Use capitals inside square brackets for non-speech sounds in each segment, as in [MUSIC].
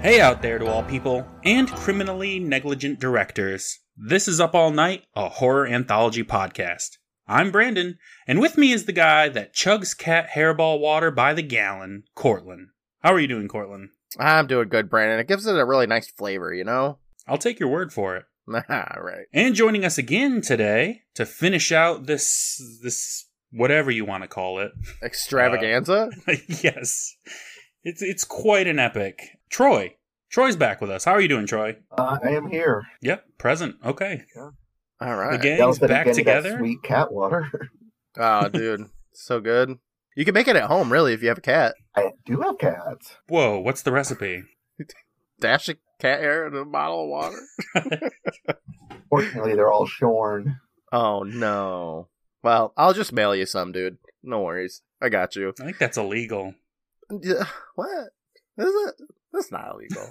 Hey out there to all people and criminally negligent directors. This is Up All Night, a horror anthology podcast. I'm Brandon, and with me is the guy that chugs cat hairball water by the gallon, Cortland. How are you doing, Cortland? I'm doing good, Brandon. It gives it a really nice flavor, you know? [LAUGHS] I'll take your word for it. All right. And joining us again today to finish out this this whatever you want to call it. [LAUGHS] Extravaganza? yes. It's it's quite an epic. Troy. Troy's back with us. How are you doing, Troy? Uh, I am here. Yep, present. Okay. All Uh, The right. gang's Delving back into that together. Sweet cat water. [LAUGHS] Oh, dude. so good. You can make it at home, really, if you have a cat. I do have cats. Whoa, what's the recipe? Dash a cat hair in a bottle of water. Fortunately, they're all shorn. oh, no. Well, I'll just mail you some, dude. No worries. I got you. I think that's illegal. Yeah, What? Is it? That's not [LAUGHS] illegal.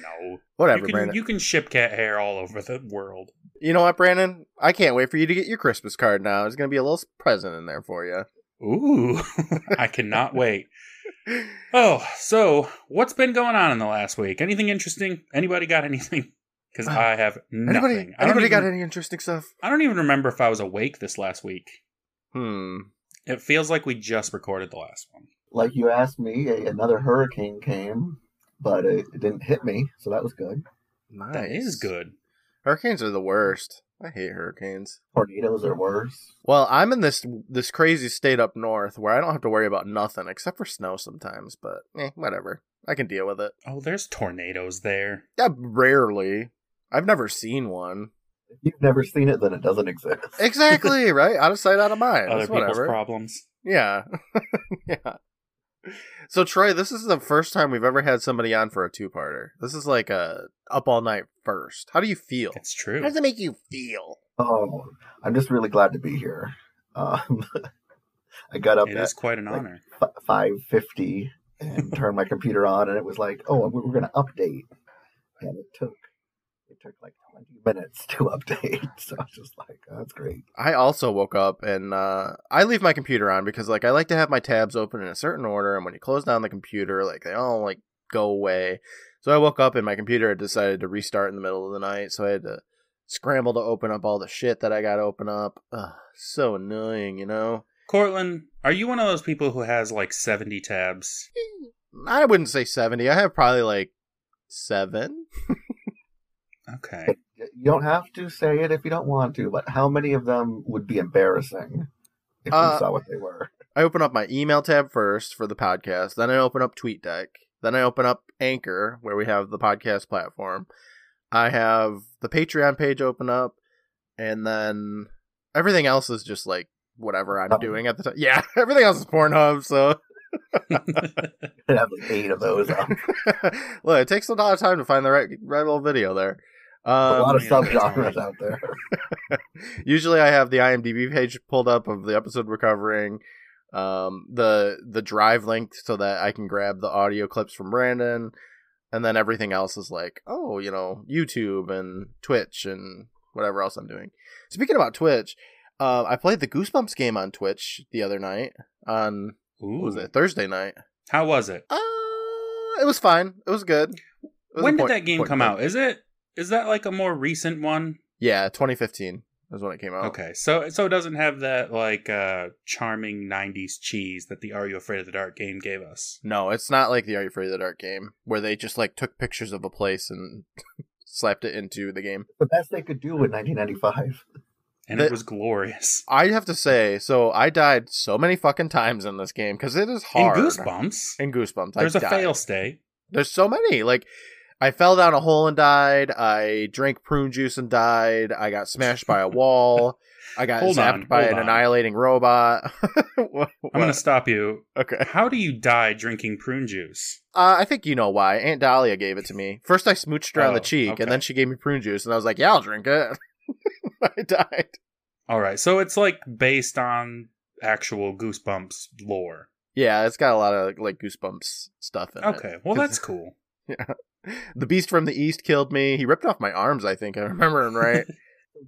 No. Whatever, you can Brandon. you can ship cat hair all over the world. You know what, Brandon? I can't wait for you to get your Christmas card now. There's going to be a little present in there for you. Ooh. I [LAUGHS] cannot wait. Oh, so what's been going on in the last week? Anything interesting? Anybody got anything? Because I have nothing. Uh, Anybody, I, don't anybody even, got any interesting stuff? I don't even remember if I was awake this last week. Hmm. It feels like we just recorded the last one. Like you asked me, a, another hurricane came, but it, it didn't hit me, so that was good. Nice. That is good. Hurricanes are the worst. I hate hurricanes. Tornadoes are worse. Well, I'm in this this crazy state up north where I don't have to worry about nothing except for snow sometimes, but eh, whatever. I can deal with it. Oh, there's tornadoes there. Yeah, rarely. I've never [LAUGHS] seen one. If you've never seen it, then it doesn't exist. Exactly, right? Out of sight, out of mind. Other It's people's whatever. problems. Yeah. [LAUGHS] yeah. So Troy, this is the first time we've ever had somebody on for a two-parter. This is like a up all night first. How do you feel? It's How true. does it make you feel? Oh, I'm just really glad to be here. Um, [LAUGHS] I got up It at is quite an Like- honor. f- 5:50 and turned my computer on, and it was like, "Oh, we're going to update," and it took it took like 20 minutes to [LAUGHS] update. So I was just like, oh, "That's great." I also woke up and uh, I leave my computer on because like I like to have my tabs open in a certain order, and when you close down the computer, like they all like go away. So I woke up and my computer had decided to restart in the middle of the night, so I had to scramble to open up all the shit that I got to open up. Ugh, so annoying, you know. Cortland, are you one of those people who has like 70 tabs? I wouldn't say seventy. I have probably like seven. [LAUGHS] Okay. Y- You don't have to say it if you don't want to, but how many of them would be embarrassing if Uh, you saw what they were? [LAUGHS] I open up my email tab first for the podcast. Then I open up TweetDeck. Then I open up Anchor, where we have the podcast platform. I have the Patreon page open up, and then everything else is just like whatever I'm Pornhub. doing at the time. [LAUGHS] Yeah, everything else is Pornhub. So I have like eight of [LAUGHS] [LAUGHS] those. um. Up. look, it takes a lot of time to find the right right little video there. a lot Um, of yeah, subgenres that's out there. usually, I have the IMDb page pulled up of the episode we're covering. um, the the drive link so that I can grab the audio clips from Brandon, and then everything else is like, oh, you know, YouTube and Twitch and whatever else I'm doing. Speaking about Twitch, uh, I played the Goosebumps game on Twitch the other night on [LAUGHS] Ooh. what was it Thursday night? How was it? Uh, it was fine. It was good. It was a when did point- that game point come click. out? Is it is that like a more recent one? Yeah, 2015 is when it came out. Okay. So so it doesn't have that like uh charming 90s cheese that the Are You Afraid of the Dark game gave us. No, it's not like the Are You Afraid of the Dark game where they just like took pictures of a place and [LAUGHS] slapped it into the game. The best they could do in 1995. And The- it was glorious. I have to say, so I died so many fucking times in this game because it is hard. In Goosebumps, In Goosebumps. there's I a died. fail state. There's so many. Like, I fell down a hole and died. I drank prune juice and died. I got smashed by a wall. I [LAUGHS] got Hold zapped on, by hold an on. annihilating robot. [LAUGHS] What- I'm going what? to stop [LAUGHS] you. Okay. How do you die drinking prune juice? Uh, I think you know why. Aunt Dahlia gave it to me. First, I smooched her on the Oh, cheek, okay. and then she gave me prune juice, and I was like, yeah, I'll drink it. [LAUGHS] I died. All right. So it's like based on actual Goosebumps lore. Yeah, it's got a lot of like goosebumps stuff in it. Okay. Well, [LAUGHS] that's cool. The beast from the east killed me. He [LAUGHS] ripped off my arms, I think. I remember him right.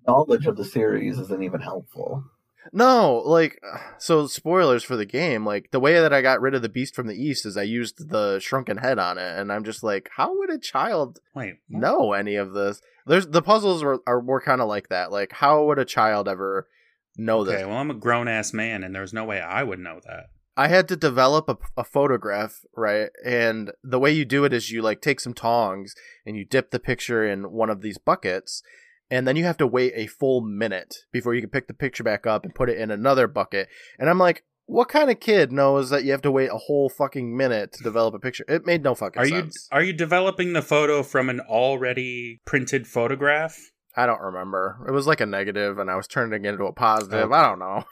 Knowledge of the series isn't even helpful. No, like so spoilers for the game, like the way that I got rid of the beast from the east is I used the shrunken head on it and I'm just like, how would a child Wait, what? know any of this? There's the puzzles are, are were kind of like that. Like how would a child ever know Okay, this? well, I'm a grown ass man, and there's no way I would know that. I had to develop a, a photograph, right? And the way you do it is you like take some tongs and you dip the picture in one of these buckets, and then you have to wait a full minute before you can pick the picture back up and put it in another bucket. And I'm like, what kind of kid knows that you have to wait a whole fucking minute to develop a picture? It made no fucking Are you sense. are you developing the photo from an already printed photograph? I don't remember. It was like a negative, and I was turning it into a positive. I don't know.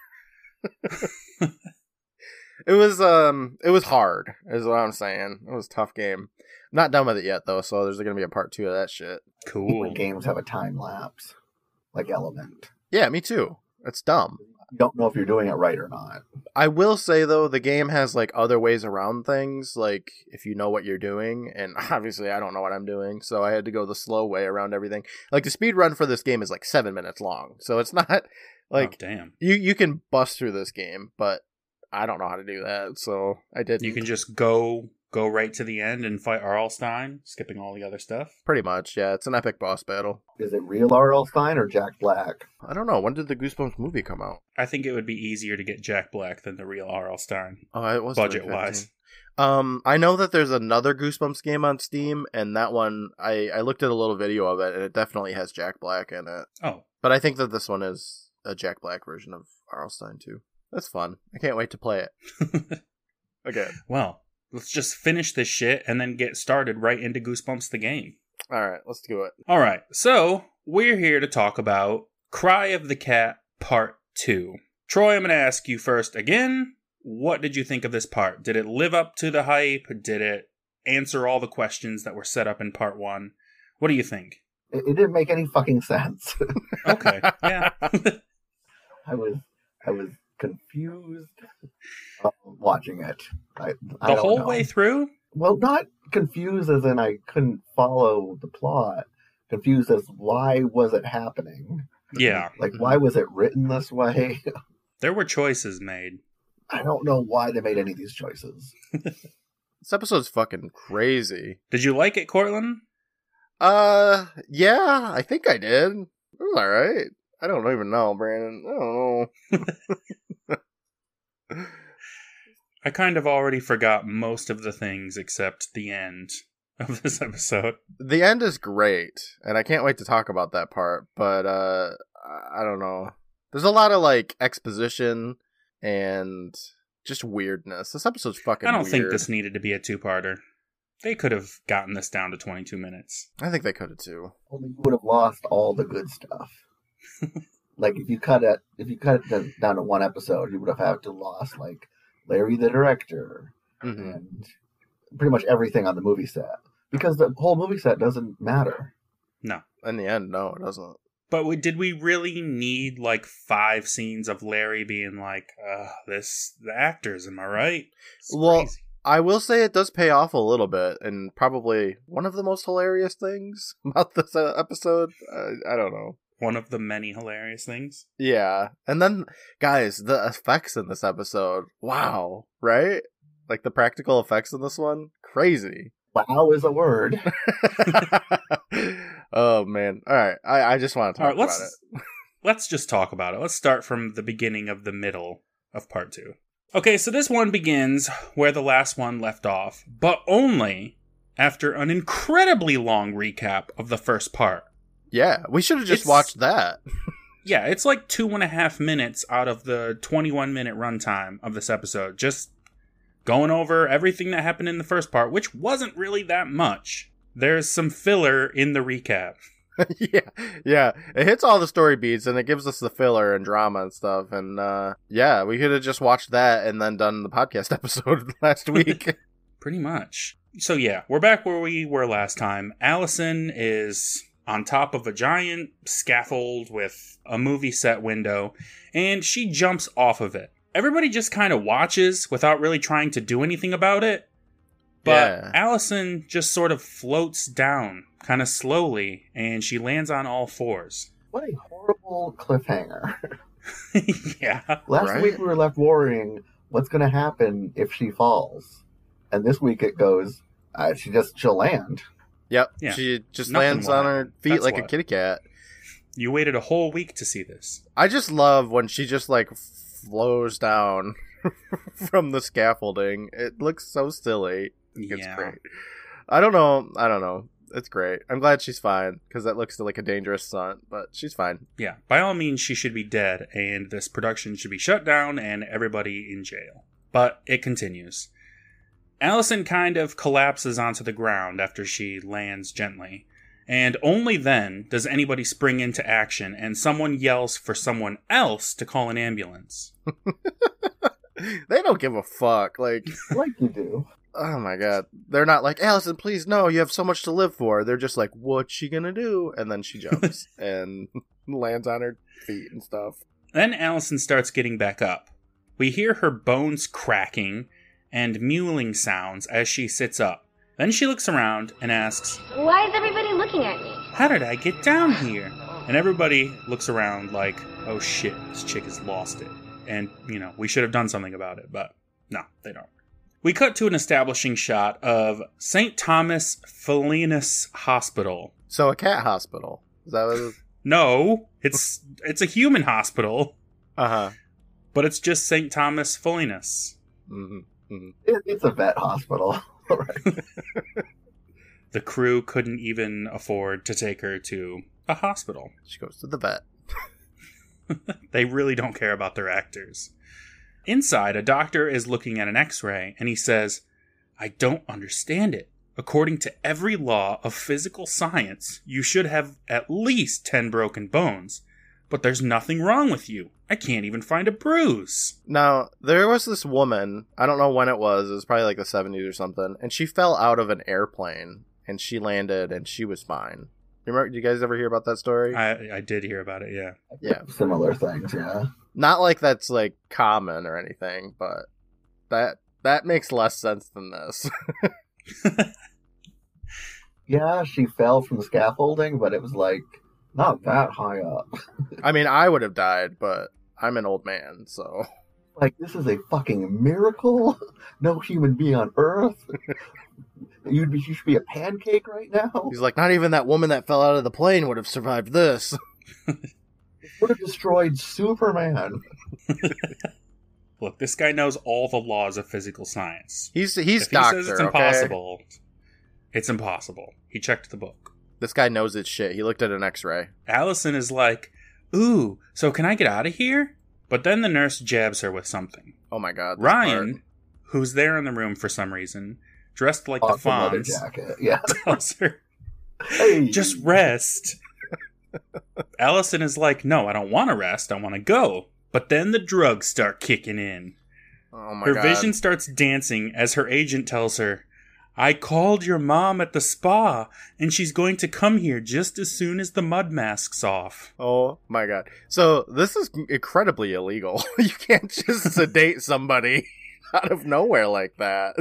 it was um, it was hard, is what I'm saying. It was a tough game. Not done with it yet though, so there's gonna be a part two of that shit. Cool. When games have a time lapse, like Element, Yeah, me too. It's dumb. you don't know if you're doing it right or not. I will say though, the game has like other ways around things, like if you know what you're doing, and [LAUGHS] obviously I don't know what I'm doing, so I had to go the slow way around everything. Like the speed run for this game is like seven minutes long, so it's not [LAUGHS] like oh, damn. you you can bust through this game, but I don't know how to do that, so I did. You can just go go right to the end and fight Arlstein, skipping all the other stuff. pretty much, yeah. It's an epic boss battle. Is it real R.L. Stein or Jack Black? I don't know when did the Goosebumps movie come out? I think it would be easier to get Jack Black than the real Arlstein, Oh, it was budget 2015. wise. Um, I know that there's another Goosebumps game on Steam, and that one I I looked at a little video of it, and it definitely has Jack Black in it. Oh, [LAUGHS] But I think that this one is a Jack Black version of Arlstein too. That's fun. I can't wait to play it. [LAUGHS] Okay. well, let's just finish this shit and then get started right into Goosebumps the game. All right, let's do it. All right, so we're here to talk about Cry of the Cat Part 2. Troy, I'm going to ask you first again. What did you think of this part? Did it live up to the hype? Did it answer all the questions that were set up in Part 1? What do you think? It, it didn't make any fucking sense. [LAUGHS] Okay, [LAUGHS] yeah. I was I was confused uh, watching it. I, I The don't whole know. Mm-hmm. way through? Well, not confused as in I couldn't follow the plot. Confused as why was it happening? Yeah, Like why was it written this way? [LAUGHS] there were choices made. I don't know why they made any of these choices. This episode's fucking crazy. Did you like it, Cortland? Uh, yeah, I think I did. It was all right. I don't even know, Brandon. I don't know. I kind of already forgot most of the things except the end of this [LAUGHS] episode. the end is great, and I can't wait to talk about that part. But uh, I- I don't know. There's a lot of like exposition and just weirdness. This episode's fucking. I don't think weird. this needed to be a two-parter. They could have gotten this down to 22 minutes. I think they could have too. Only you would have lost all the good stuff. like if you cut it if you cut it down- down to one episode, you would have had to lost like Larry the director, hmm and pretty much everything on the movie set because the whole movie set doesn't matter. In the end, no, it doesn't. But we, did we really need like five scenes of Larry being like, Ugh, "This the actors, am I right?" It's Well- crazy. I will say it does pay off a little bit, and probably one of the most hilarious things [LAUGHS] about this uh, episode. I, I don't know. one of the many hilarious things. Yeah. And then guys, the effects in this episode. Wow, right? Like the practical effects in this one? Crazy. [LAUGHS] Wow is a word. oh man. All right. I, I just want to All talk right, about let's it. [LAUGHS] let's just talk about it. Let's start from the beginning of the middle of part two. Okay, so this one begins where the last one left off, but only after an incredibly long recap of the first part. Yeah, we should have just It's- watched that. [LAUGHS] Yeah, it's like two and a half minutes out of the 21 minute runtime of this episode, just going over everything that happened in the first part, which wasn't really that much. There's some filler in the recap. yeah. Yeah. It hits all the story beats and it gives us the filler and drama and stuff and uh yeah, we could have just watched that and then done the podcast [LAUGHS] episode last week. [LAUGHS] Pretty much. So, yeah, we're back where we were last time. Allison is on top of a giant scaffold with a movie set window, and she jumps off of it. Everybody just kind of watches without really trying to do anything about it. But Yeah. Allison just sort of floats down, kind of slowly, and she lands on all fours. [LAUGHS] What a horrible cliffhanger. yeah. Last Right. week we were left worrying what's going to happen if she falls, and this week it goes. Uh, she just she'll land. Yep. Yeah. She just Nothing lands will on her feet That's like a why. kitty cat. You waited a whole week to see this. I just love when she just like flows down [LAUGHS] from the scaffolding. It looks so silly. It's yeah. great. I don't know. I don't know. It's great. I'm glad she's fine because that looks like a dangerous stunt, but she's fine. [LAUGHS] Yeah. By all means, she should be dead, and this production should be shut down and everybody in jail. But it continues. Allison kind of collapses onto the ground after she lands gently, and only then does anybody spring into action and someone yells for someone else to call an ambulance. they don't give a fuck. Like, like you do. oh my god, they're not like Allison. Please, no, you have so much to live for. They're just like, what's she gonna do? And then she jumps and [LAUGHS] lands on her feet and stuff. Then Allison starts getting back up. We hear her bones cracking and mewling sounds as she sits up. Then she looks around and asks, Why is everybody looking at me? How did I get down here? And everybody looks around like, oh shit, this chick has lost it. And, you know, we should have done something about it, but no, they don't. We cut to an establishing shot of St. Thomas Philinus Hospital. So a cat hospital. Is that what? No, it's it's a human hospital, Uh huh. but it's just St. Thomas Philinus. hmm It, it's a vet hospital. [LAUGHS] All right. The crew couldn't even afford to take her to a hospital. She goes to the vet. They really don't care about their actors. Inside, a doctor is looking at an x ray and he says, I don't understand it. According to every law of physical science, you should have at least 10 broken bones, but there's nothing wrong with you. I can't even find a bruise. Now there was this woman. I don't know when it was. It was probably like the seventies or something. And she fell out of an airplane and she landed and she was fine. You remember? You guys ever hear about that story? I, I did hear about it, yeah. Yeah. [LAUGHS] Similar things, yeah. Not like that's like common or anything, but that that makes less sense than this. [LAUGHS] Yeah, she fell from the scaffolding, but it was like not that high up. I mean, I would have died, but I'm an old man, so Like this is a fucking miracle. [LAUGHS] No human being on Earth. [LAUGHS] You'd be, you should be a pancake right [LAUGHS] now. he's like, not even that woman that fell out of the plane would have survived this. [LAUGHS] Would have destroyed Superman. Look, this guy knows all the laws of physical science. He's he's if he doctor. says it's okay? impossible, it's impossible. He checked the book. This guy knows his shit. He looked at an X-ray. Allison is like, Ooh, so can I get out of here? But then the nurse jabs her with something. Oh my god, this Ryan, part. who's there in the room for some reason, dressed like the Awesome leather Fonz, jacket. [LAUGHS] Yeah. [LAUGHS] tells her, Hey, just oh rest. Allison is like, no, I don't want to rest. I want to go. But then the drugs start kicking in. Oh my her god. vision starts dancing as her agent tells her, I called your mom at the spa, and she's going to come here just as soon as the mud mask's off. Oh my god. So this is incredibly illegal. [LAUGHS] you can't just sedate somebody [LAUGHS] out of nowhere like that.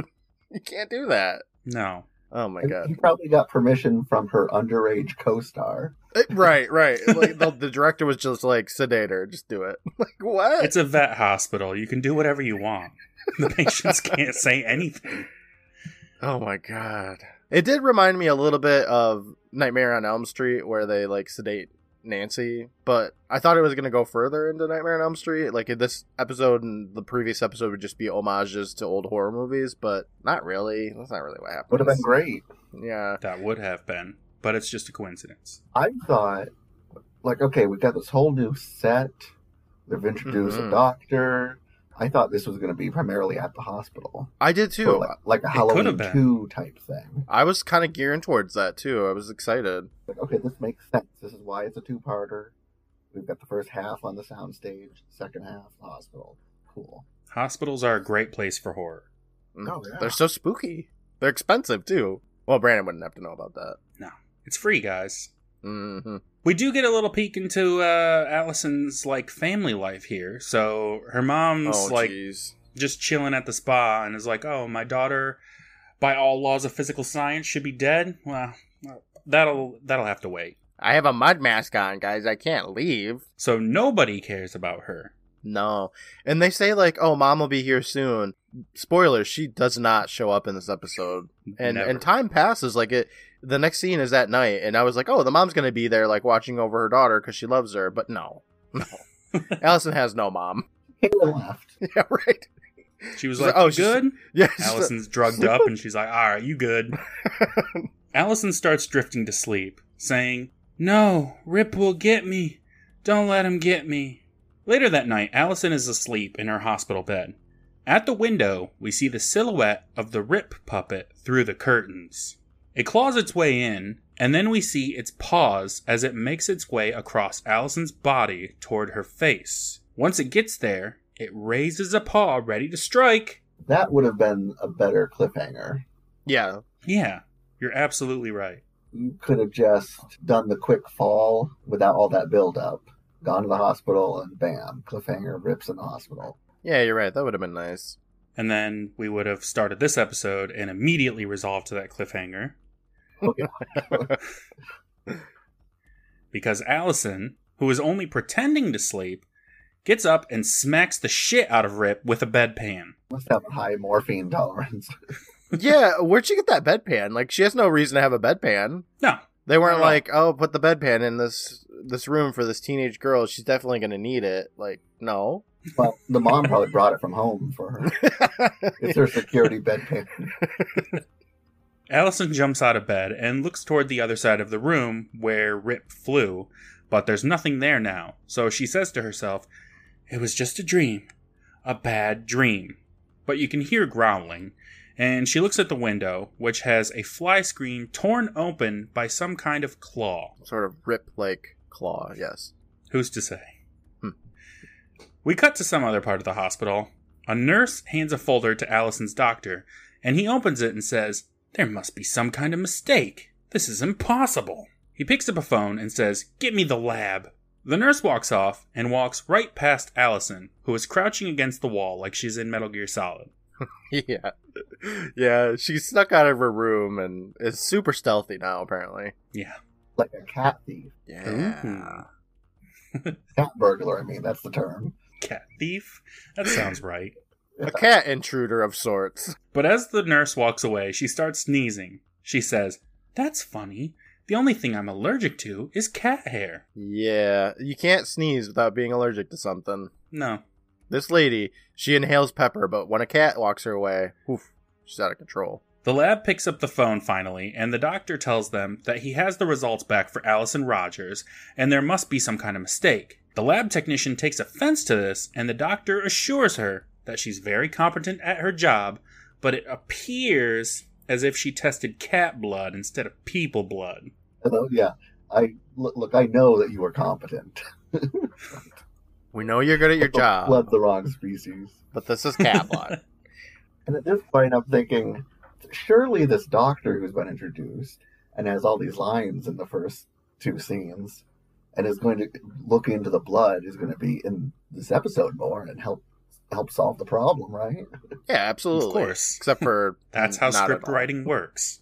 You can't do that. No. Oh my And god. He probably got permission from her underage co-star. Eh, right, right. Like the, the director was just like sedate her, just do it. [LAUGHS] Like what? It's a vet hospital. You can do whatever you want. The patients can't say anything. oh my god. It did remind me a little bit of Nightmare on Elm Street where they like sedate Nancy, but I thought it was going to go further into Nightmare on Elm Street. Like this episode and the previous episode would just be homages to old horror movies, but not really. That's not really what happened. Would have been great. Yeah. That would have been, but it's just a coincidence. I thought, like, okay, we've got this whole new set. They've introduced Mm-hmm. Mhm. a doctor. I thought this was going to be primarily at the hospital, I did for too. like, like a It could have Halloween been. two type thing. I was kind of gearing towards that too. I was excited. Like, okay, this makes sense. This is why it's a two parter. We've got the first half on the soundstage, second half the hospital. Cool. Hospitals are a great place for horror. Mm, Oh, yeah. They're so spooky. They're expensive too. Well, Brandon wouldn't have to know about that. It's free, guys. hmm We do get a little peek into uh, Allison's like family life here. So her mom's Oh, like jeez. just chilling at the spa and is like, "Oh, my daughter, by all laws of physical science, should be dead." Well, that'll that'll have to wait. I have a mud mask on, guys. I can't leave. So nobody cares about her. No. And they say like, "Oh, mom will be here soon." Spoilers, she does not show up in this episode. And Never. and time passes like it the next scene is at night and I was like, "Oh, the mom's going to be there like watching over her daughter cuz she loves her." But no. [LAUGHS] No. Allison has no mom. [LAUGHS] Hannah left. Yeah, right. she was So- like, oh, "You she's- good?" Yes. [LAUGHS] Allison's drugged up, and she's like, "All right, you good?" Allison starts drifting to sleep, saying, No, Rip will get me. Don't let him get me. Later that night, Allison is asleep in her hospital bed. At the window, we see the silhouette of the Rip puppet through the curtains. It claws its way in, and then we see its paws as it makes its way across Allison's body toward her face. Once it gets there, it raises a paw ready to strike. That would have been a better cliffhanger. yeah. Yeah, you're absolutely right. You could have just done the quick fall without all that build up. Gone to the hospital and bam, cliffhanger rips in the hospital. Yeah, you're right. That would have been nice. And then we would have started this episode and immediately resolved to that cliffhanger. because Allison, who is only pretending to sleep, gets up and smacks the shit out of Rip with a bedpan. Must have a high morphine tolerance. yeah, where'd she get that bedpan? Like, she has no reason to have a bedpan. No. They Not weren't at all. like, oh, put the bedpan in this this room for this teenage girl. She's definitely gonna need it. Like, no. But the mom probably brought it from home for her. It's her security bedpan. Allison jumps out of bed and looks toward the other side of the room where Rip flew, but there's nothing there now, so she says to herself, It was just a dream. A bad dream. But you can hear growling, and she looks at the window, which has a fly screen torn open by some kind of claw. sort of rip like claw, yes. [LAUGHS] Who's to say? Hmm. We cut to some other part of the hospital. A nurse hands a folder to Allison's doctor, and he opens it and says, There must be some kind of mistake. This is impossible. He picks up a phone and says, Get me the lab. The nurse walks off and walks right past Allison, who is crouching against the wall like she's in Metal Gear Solid. yeah. Yeah, she's snuck out of her room and is super stealthy now, apparently. Yeah. Like a cat thief. Yeah. Ooh. Cat burglar, I mean, that's the term. Cat thief? That sounds right. A cat intruder of sorts. But as the nurse walks away, she starts sneezing. She says, That's funny. The only thing I'm allergic to is cat hair. Yeah. You can't sneeze without being allergic to something. No. This lady, she inhales pepper, but when a cat walks her way, oof, she's out of control. The lab picks up the phone finally, and the doctor tells them that he has the results back for Allison Rogers, and there must be some kind of mistake. The lab technician takes offense to this, and the doctor assures her that she's very competent at her job, but it appears as if she tested cat blood instead of people blood. Hello? Yeah. I look, look, I know that you are competent. We know you're good [LAUGHS] at your Don't job, Blood the wrong species. but this is cat blood. And at this point, I'm thinking, surely this doctor who's been introduced and has all these lines in the first two scenes and is going to look into the blood is going to be in this episode more and help help solve the problem, right? yeah, absolutely. Of course. Except for That's how not at script all. writing works.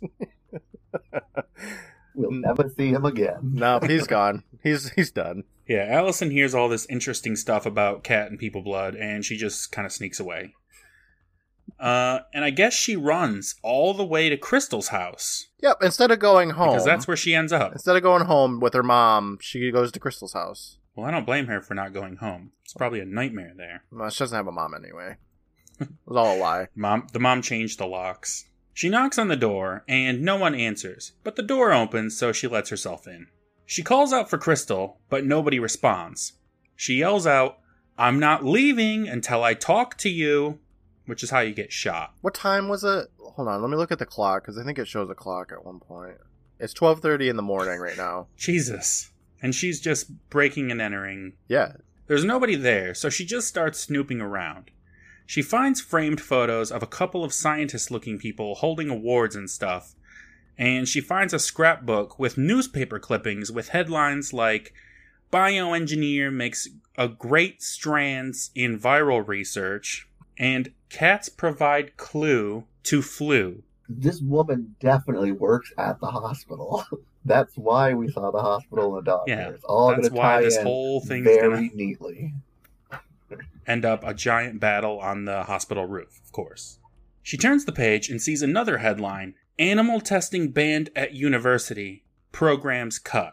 We'll Mm. never see him again. No, he's gone. He's he's done. Yeah, Allison hears all this interesting stuff about cat and people blood, and she just kind of sneaks away. Uh, and I guess she runs all the way to Crystal's house Yep. Instead of going home, because that's where she ends up. instead of going home with her mom, she goes to Crystal's house. Well, I don't blame her for not going home. It's probably a nightmare there. Well, she doesn't have a mom [LAUGHS] anyway. It was all a lie. Mom, the mom changed the locks. She knocks on the door, and no one answers, but the door opens, so she lets herself in. She calls out for Crystal, but nobody responds. She yells out, I'm not leaving until I talk to you, which is how you get shot. What time was it? Hold on, let me look at the clock because I think it shows a clock at one point. It's twelve thirty in the morning right now. Jesus. And she's just breaking and entering. Yeah, There's nobody there, so she just starts snooping around. She finds framed photos of a couple of scientist looking people holding awards and stuff, and she finds a scrapbook with newspaper clippings with headlines like Bioengineer makes a great strands in viral research, and cats provide clue to flu. This woman definitely works at the hospital. [LAUGHS] That's why we saw the hospital and the doctor. Yeah, it's all going That's to tie why this in whole thing's very gonna neatly. end up a giant battle on the hospital roof, of course. She turns the page and sees another headline Animal testing banned at university, programs cut.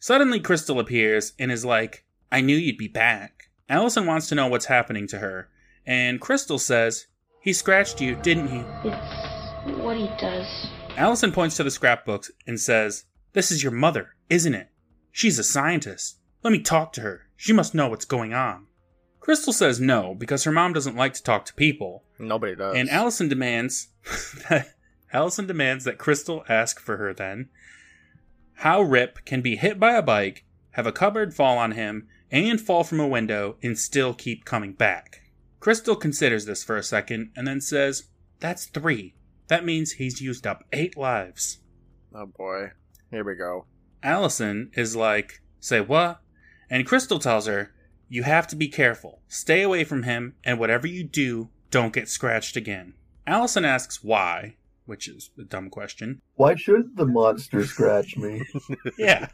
Suddenly, Crystal appears and is like, I knew you'd be back. Allison wants to know what's happening to her, and Crystal says, He scratched you, didn't he? It's what he does. Allison points to the scrapbooks and says, This is your mother, isn't it? She's a scientist. Let me talk to her. She must know what's going on. Crystal says no because her mom doesn't like to talk to people, Nobody does. and Allison demands [LAUGHS] that Allison demands that Crystal ask for her then how Rip can be hit by a bike, have a cupboard fall on him, and fall from a window and still keep coming back. Crystal considers this for a second and then says, "That's 3. That means he's used up 8 lives." oh boy, here we go. Allison is like, Say what? And Crystal tells her, You have to be careful. Stay away from him, and whatever you do, don't get scratched again. Allison asks why, which is a dumb question. Why should the monster [LAUGHS] scratch me? Yeah.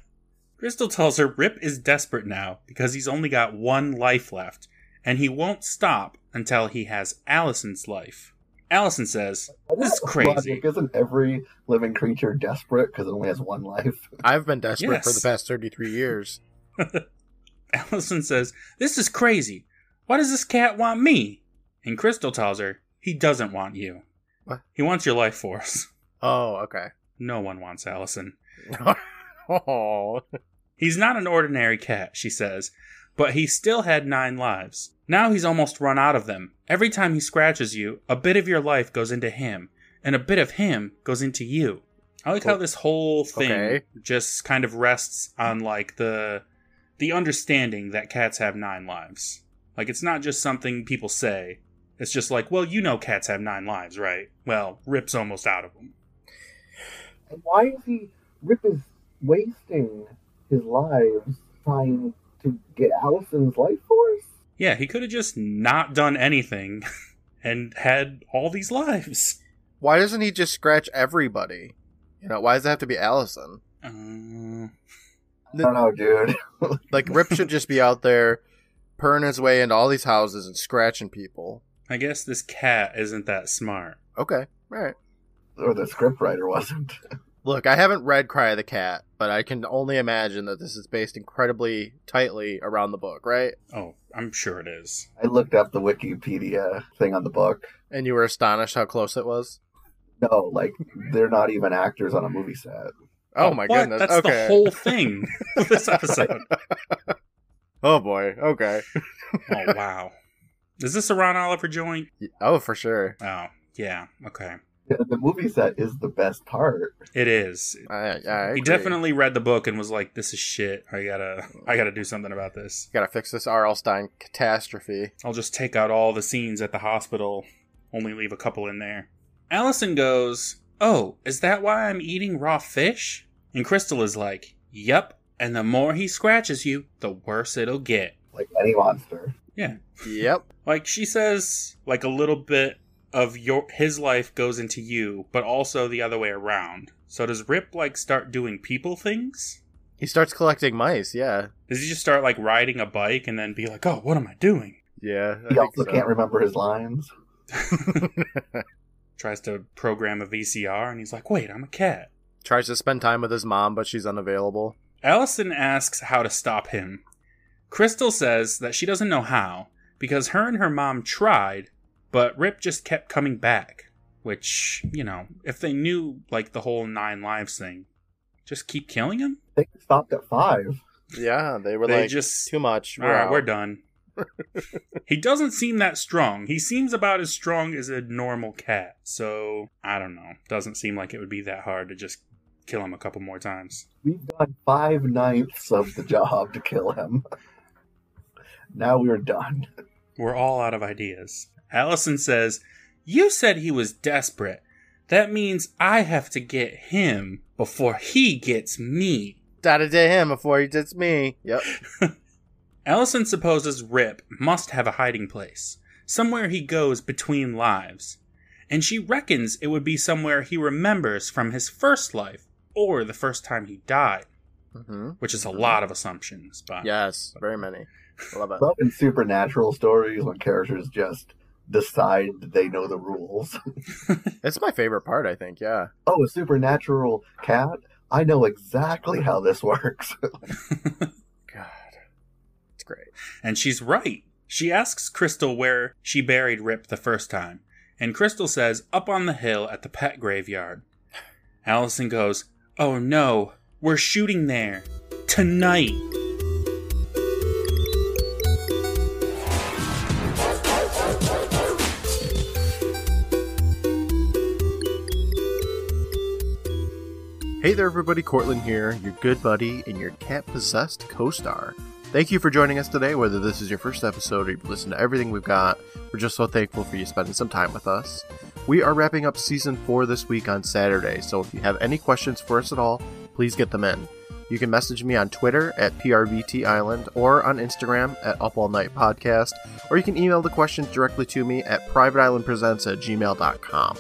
Crystal tells her Rip is desperate now because he's only got one life left, and he won't stop until he has Allison's life. Allison says, This is crazy. Logic, isn't every living creature desperate because it only has one life? I've been desperate for the Yes. past thirty-three years. Allison says, This is crazy. Why does this cat want me? And Crystal tells her, He doesn't want you. What? He wants your life force. [LAUGHS] Oh, okay. [LAUGHS] No one wants Allison. oh, He's not an ordinary cat, she says, but he still had nine lives. Now he's almost run out of them. Every time he scratches you, a bit of your life goes into him, and a bit of him goes into you. I like how this whole thing Okay. just kind of rests on like the the understanding that cats have nine lives. Like it's not just something people say. It's just like, well, you know cats have nine lives, right? Well, Rip's almost out of them. And why is he Rip is wasting his lives trying to get Allison's life force? Yeah, he could have just not done anything [LAUGHS] and had all these lives. why doesn't he just scratch everybody? You know, why does it have to be Allison? Uh, I don't know, dude. Like Rip should just be out there, purring his way into all these houses and scratching people. I guess this cat isn't that smart. Okay, all right. Or the scriptwriter wasn't. Look, I haven't read Cry of the Cat, but I can only imagine that this is based incredibly tightly around the book, right? Oh, I'm sure it is. I looked up the Wikipedia thing on the book. And you were astonished how close it was. No, like they're not even actors on a movie set. Oh, my what? goodness. That's okay. the whole thing [LAUGHS] of this episode. oh boy. Okay. oh, wow. Is this a Ron Oliver joint? Oh, for sure. Oh, yeah. Okay. The movie set is the best part. It is. I, I He agree. definitely read the book and was like, "This is shit. I gotta, I gotta do something about this. gotta fix this R.L. Stein catastrophe. I'll just take out all the scenes at the hospital, only leave a couple in there." Allison goes, "Oh, is that why I'm eating raw fish?" And Crystal is like, "Yep. And the more he scratches you, the worse it'll get." Like any monster. Yep. Like she says, like a little bit of your his life goes into you, but also the other way around. So does Rip like start doing people things? He starts collecting mice. Yeah. Does he just start like riding a bike and then be like, "Oh, what am I doing?" Yeah. I He think also so. can't remember his lines. Tries to program a VCR and he's like, "Wait, I'm a cat." Tries to spend time with his mom, but she's unavailable. Allison asks how to stop him. Crystal says that she doesn't know how because her and her mom tried, but Rip just kept coming back. Which, you know, if they knew like the whole nine lives thing, just keep killing him. They stopped at five. Yeah. They were they like, just too much. all We're, right, out." we're [LAUGHS] done. he doesn't seem that strong. He seems about as strong as a normal cat. So I don't know. Doesn't seem like it would be that hard to just kill him a couple more times. We've done five ninths of the job to kill him. Now we're done. We're all out of ideas. Allison says, You said he was desperate. That means I have to get him before he gets me. Did it to him before he did me. Yep. Allison supposes Rip must have a hiding place, somewhere he goes between lives. And she reckons it would be somewhere he remembers from his first life, or the first time he died, hmm which is a lot of assumptions. But Yes, very many. I Love it. Love in supernatural stories when characters just decide that they know the rules. [LAUGHS] It's my favorite part, I think. Yeah. oh, a supernatural cat? I know exactly how this works. God. It's great. And she's right. She asks Crystal where she buried Rip the first time, and Crystal says, up on the hill at the pet graveyard. Allison goes, Oh no, we're shooting there. Tonight. Hey there, everybody. Cortland here, your good buddy and your cat possessed co star. Thank you for joining us today. Whether this is your first episode or you've listened to everything we've got, we're just so thankful for you spending some time with us. We are wrapping up season four this week on Saturday, so if you have any questions for us at all, please get them in. You can message me on Twitter at PRBT Island or on Instagram at Up All Night Podcast, or you can email the questions directly to me at privateislandpresents at gmail.com.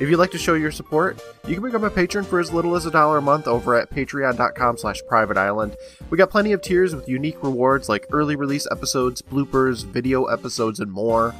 If you'd like to show your support, you can become a patron for as little as a dollar a month over at patreon.com slash private island. We got plenty of tiers with unique rewards like early release episodes, bloopers, video episodes, and more.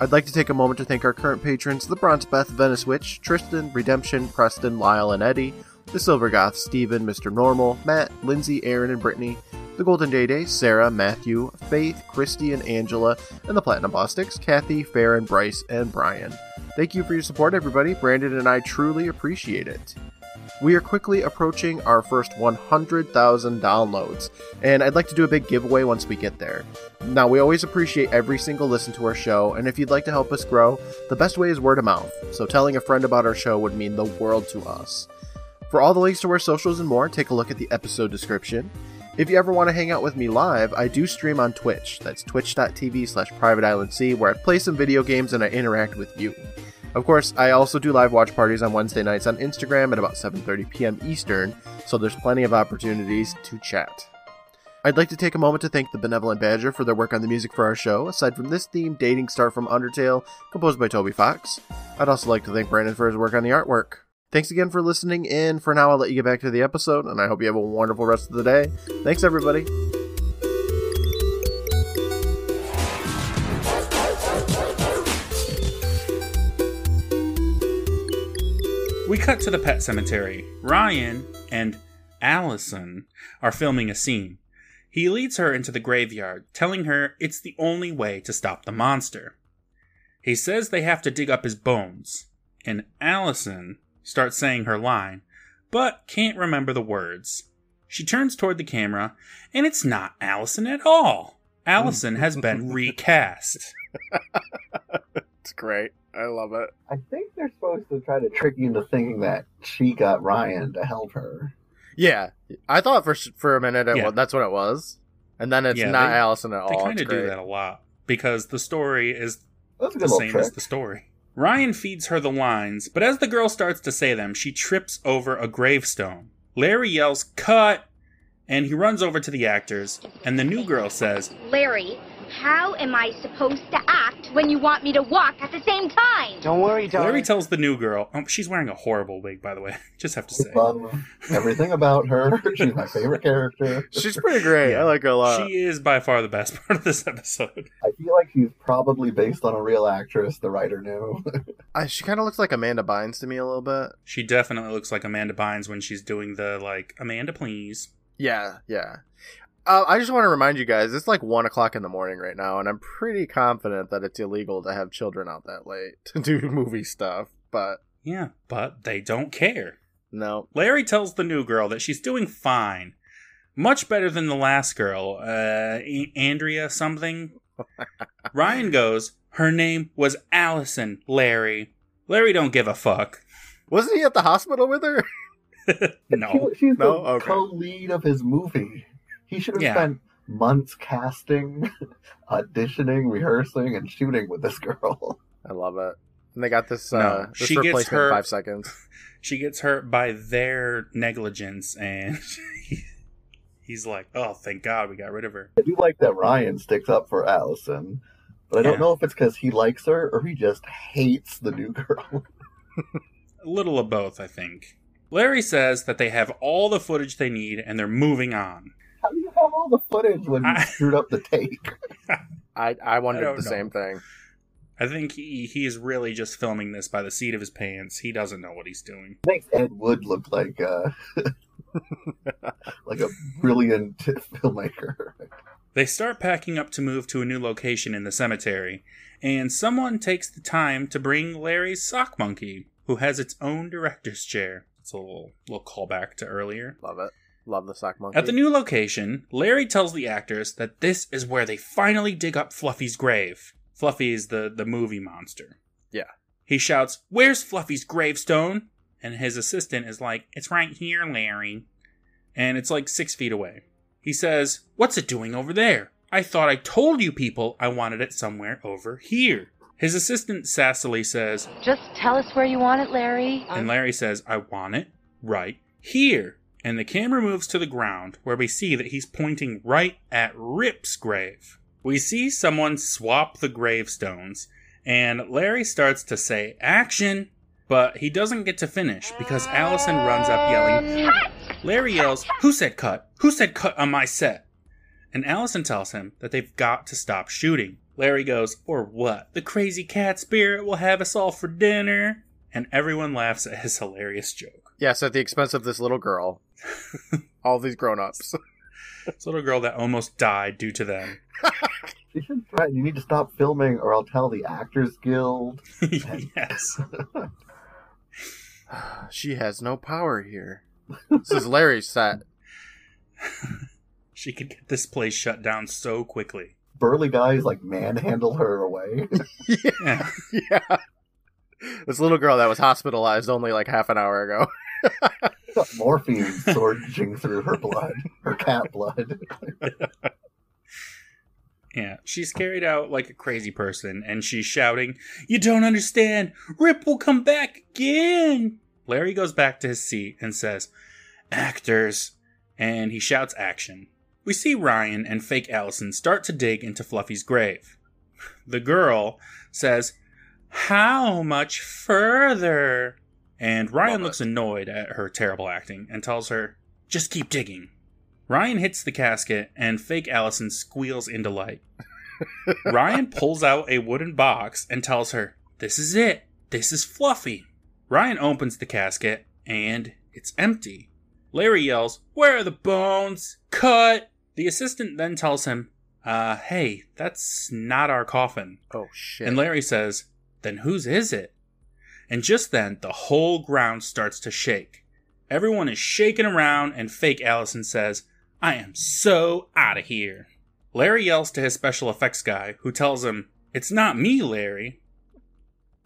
I'd like to take a moment to thank our current patrons, the Bronze Beth, Venice Witch, Tristan, Redemption, Preston, Lyle, and Eddie, the Silver Goth, Steven, Mr. Normal, Matt, Lindsay, Aaron, and Brittany, the Golden Day Day, Sarah, Matthew, Faith, Christy, and Angela, and the Platinum Bostics, Kathy, Farron, Bryce, and Brian. Thank you for your support, everybody. Brandon and I truly appreciate it. We are quickly approaching our first 100,000 downloads, and I'd like to do a big giveaway once we get there. Now, we always appreciate every single listen to our show, and if you'd like to help us grow, the best way is word of mouth, so telling a friend about our show would mean the world to us. For all the links to our socials and more, take a look at the episode description. If you ever want to hang out with me live, I do stream on Twitch. That's twitch.tv slash privateislandc, where I play some video games and I interact with you. Of course, I also do live watch parties on Wednesday nights on Instagram at about 7:30 p.m. Eastern, so there's plenty of opportunities to chat. I'd like to take a moment to thank the Benevolent Badger for their work on the music for our show. Aside from this theme, Dating Star from Undertale, composed by Toby Fox. I'd also like to thank Brandon for his work on the artwork. Thanks again for listening in. For now, I'll let you get back to the episode, and I hope you have a wonderful rest of the day. Thanks, everybody. We cut to the pet cemetery. Ryan and Allison are filming a scene. He leads her into the graveyard, telling her it's the only way to stop the monster. He says they have to dig up his bones, and Allison starts saying her line, but can't remember the words. She turns toward the camera, and it's not Allison at all. Allison has been [LAUGHS] recast. It's great. I love it. I think they're supposed to try to trick you into thinking that she got Ryan to help her. Yeah, I thought for for a minute it Yeah. wa- that's what it was, and then it's Yeah, not they- Allison at They all. kind It's of do great. that a lot because the story is That's a good the little same trick. as the story. Ryan feeds her the lines, but as the girl starts to say them, she trips over a gravestone. Larry yells, Cut! And he runs over to the actors, and the new girl says, Larry, how am I supposed to act when you want me to walk at the same time? Don't worry, darling. Larry tells the new girl, oh, she's wearing a horrible wig, by the way, [LAUGHS] just have to say. Love everything about her. [LAUGHS] She's my favorite character. She's pretty great. Yeah. I like her a lot. She is by far the best [LAUGHS] part of this episode. I feel like she's probably based on a real actress. The writer knew. [LAUGHS] I, she kind of looks like Amanda Bynes to me a little bit. She definitely looks like Amanda Bynes when she's doing the, like, Amanda, please. Yeah, yeah. Uh, I just want to remind you guys, it's like one o'clock in the morning right now, and I'm pretty confident that it's illegal to have children out that late [LAUGHS] to do movie stuff. But Yeah, but they don't care. no, Larry tells the new girl that she's doing fine. Much better than the last girl, uh, A- Andrea something. Ryan goes, her name was Allison, Larry. Larry don't give a fuck. wasn't he at the hospital with her? [LAUGHS] No. She- she's No? the Okay. co-lead of his movie. He should have Yeah. spent months casting, [LAUGHS] auditioning, rehearsing, and shooting with this girl. [LAUGHS] I love it. And they got this. No, uh, this she gets replacement in her- five seconds. She gets hurt by their negligence and [LAUGHS] he's like, oh, thank God we got rid of her. I do like that Ryan sticks up for Allison, but I don't Yeah. know if it's because he likes her or he just hates the new girl. A little of both, I think. Larry says that they have all the footage they need and they're moving on. How do you have all the footage when you I- screwed up the take? I I wondered don't the know. same thing. I think he, he is really just filming this by the seat of his pants. He doesn't know what he's doing. Makes Ed Wood look like uh, [LAUGHS] like a brilliant [LAUGHS] filmmaker. They start packing up to move to a new location in the cemetery, and someone takes the time to bring Larry's sock monkey, who has its own director's chair. It's a little, little callback to earlier. Love it. Love the sock monkey. At the new location, Larry tells the actors that this is where they finally dig up Fluffy's grave. Fluffy is the, the movie monster. Yeah. He shouts, Where's Fluffy's gravestone? And his assistant is like, It's right here, Larry. And it's like six feet away. He says, What's it doing over there? I thought I told you people I wanted it somewhere over here. His assistant sassily says, Just tell us where you want it, Larry. and Larry says, I want it right here. And the camera moves to the ground where we see that he's pointing right at Rip's grave. We see someone swap the gravestones, and Larry starts to say, Action! But he doesn't get to finish because Allison runs up yelling, Larry yells, Who said cut? Who said cut on my set? And Allison tells him that they've got to stop shooting. Larry goes, Or what? The crazy cat spirit will have us all for dinner. And everyone laughs at his hilarious joke. yes, at the expense of this little girl. [LAUGHS] All these grown ups. This little girl that almost died due to them. You should try. You need to stop filming, or I'll tell the Actors Guild. [LAUGHS] yes. she has no power here. This is Larry's set. She could get this place shut down so quickly. Burly guys like manhandle her away. [LAUGHS] Yeah. yeah. This little girl that was hospitalized only like half an hour ago. Morphine surging through her blood, her cat blood. Yeah, she's carried out like a crazy person, and she's shouting, You don't understand! Rip will come back again! Larry goes back to his seat and says, Actors! And he shouts action. We see Ryan and fake Allison start to dig into Fluffy's grave. [LAUGHS] The girl says, How much further? And Ryan Love it. looks annoyed at her terrible acting and tells her, Just keep digging. Ryan hits the casket, and fake Allison squeals into light. [LAUGHS] Ryan pulls out a wooden box and tells her, This is it. This is Fluffy. Ryan opens the casket, and it's empty. Larry yells, Where are the bones? Cut! The assistant then tells him, Uh, hey, that's not our coffin. [LAUGHS] Oh shit. And Larry says, Then whose is it? And just then, the whole ground starts to shake. Everyone is shaking around, and fake Allison says, I am so out of here. Larry yells to his special effects guy, who tells him, It's not me, Larry.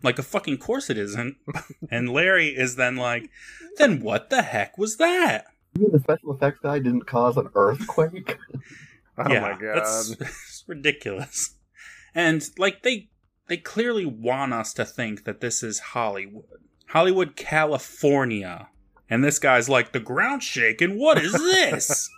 Like a fucking course it isn't. [LAUGHS] and Larry is then like, Then what the heck was that? You mean the special effects guy didn't cause an earthquake? [LAUGHS] oh Yeah, my god. That's, [LAUGHS] it's ridiculous. And like they they clearly want us to think that this is Hollywood. Hollywood, California. And this guy's like, the ground shaking, what is [LAUGHS] this?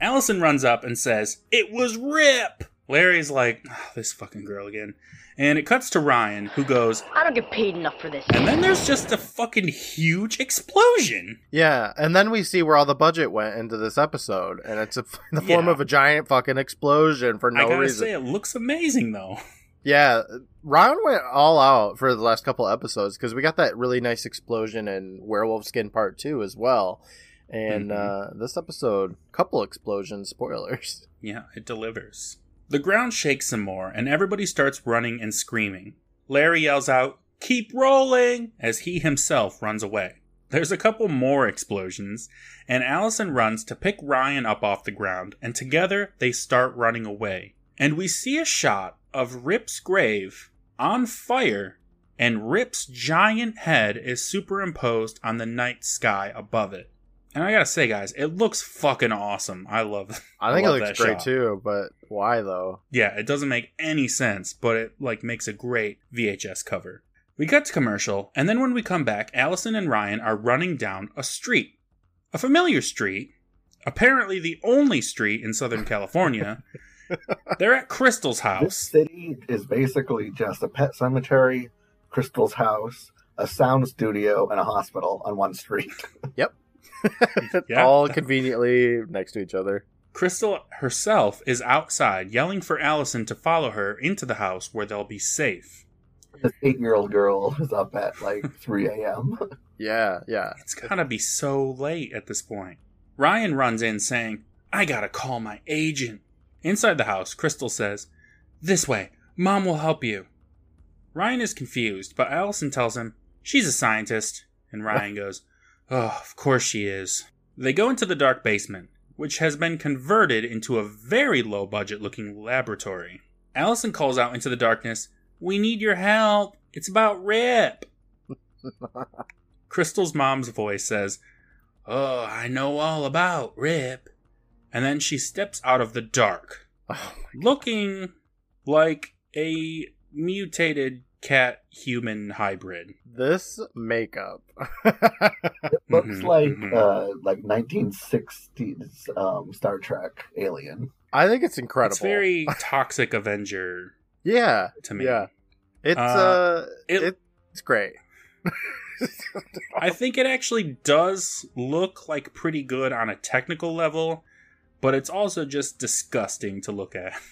Allison runs up and says, It was Rip! Larry's like, "Ah, this fucking girl again. And it cuts to Ryan, who goes, I don't get paid enough for this. and then there's just a fucking huge explosion. Yeah, and then we see where all the budget went into this episode, and it's a, [LAUGHS] in the form Yeah. of a giant fucking explosion for I no gotta reason. say, it looks amazing though. Yeah, Ron went all out for the last couple episodes because we got that really nice explosion in Werewolf Skin Part Two as well, and Mm-hmm. uh, this episode, couple explosions, spoilers. Yeah, it delivers. The ground shakes some more, and everybody starts running and screaming. Larry yells out, Keep rolling! as he himself runs away. There's a couple more explosions, and Allison runs to pick Ryan up off the ground, and together they start running away. And we see a shot of Rip's grave on fire, and Rip's giant head is superimposed on the night sky above it. And I gotta say, guys, it looks fucking awesome. I love I think it love looks that great shot. too, but why though? yeah, it doesn't make any sense, but it like makes a great VHS cover. We cut to commercial, and then when we come back, Allison and Ryan are running down a street. A familiar street, apparently the only street in Southern California. They're at Crystal's This house. city is basically just a pet cemetery, Crystal's house, a sound studio, and a hospital on one street. [LAUGHS] Yeah. All conveniently next to each other. Crystal herself is outside yelling for Allison to follow her into the house where they'll be safe. This eight year old girl is up at like 3 a.m. Yeah, yeah. It's gotta be so late at this point. Ryan runs in saying, I gotta call my agent. Inside the house, Crystal says, This way, Mom will help you. Ryan is confused, but Allison tells him, She's a scientist. And Ryan goes, Oh, of course she is. They go into the dark basement, which has been converted into a very low budget looking laboratory. Allison calls out into the darkness, We need your help. It's about Rip. Crystal's mom's voice says, Oh, I know all about Rip. And then she steps out of the dark, Oh, looking like a mutated cat human hybrid. this makeup. [LAUGHS] It looks Mhm, like mhm. uh, like 1960s um, Star Trek alien. I think it's uh, incredible. It's [LAUGHS] very toxic Avenger yeah. to me. Yeah. It's uh, Uh, it- it- it's great. I think it actually does look like pretty good on a technical level, but it's also just disgusting to look at. [LAUGHS]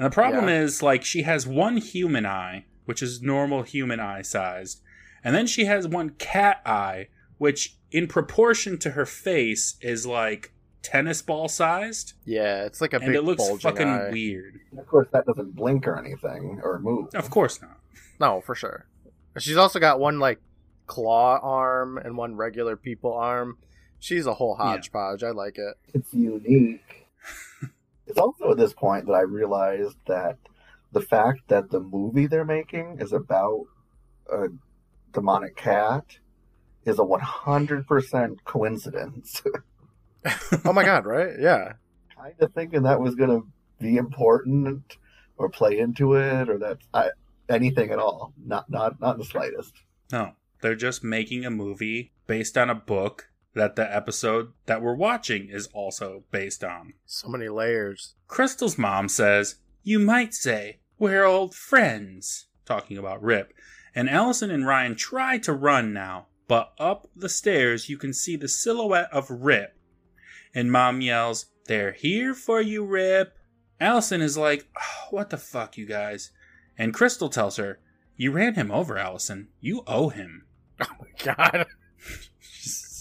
And the problem is, like, she has one human eye, which is normal human eye sized, and then she has one cat eye, which in proportion to her face is like tennis ball sized, Yeah, it's like a and big it looks bulging fucking eye. weird. Of course, that doesn't blink or anything or move. Of course not. No, for sure. She's also got one like claw arm and one regular people arm. She's a whole Yeah. hodgepodge. I like it. It's unique. it's also at this point that I realized that the fact that the movie they're making is about a demonic cat is a 100% coincidence. Oh my god, right? [LAUGHS] Yeah. kind of thinking that was going to be important or play into it or that I, anything at all. Not not not in the slightest. No, they're just making a movie based on a book that the episode that we're watching is also based on. So many layers. [LAUGHS] Crystal's mom says, You might say, we're old friends, talking about Rip. And Allison and Ryan try to run now, but up the stairs you can see the silhouette of Rip. And mom yells, They're here for you, Rip. Allison is like, "Oh, What the fuck, you guys? And Crystal tells her, You ran him over, Allison. You owe him. God.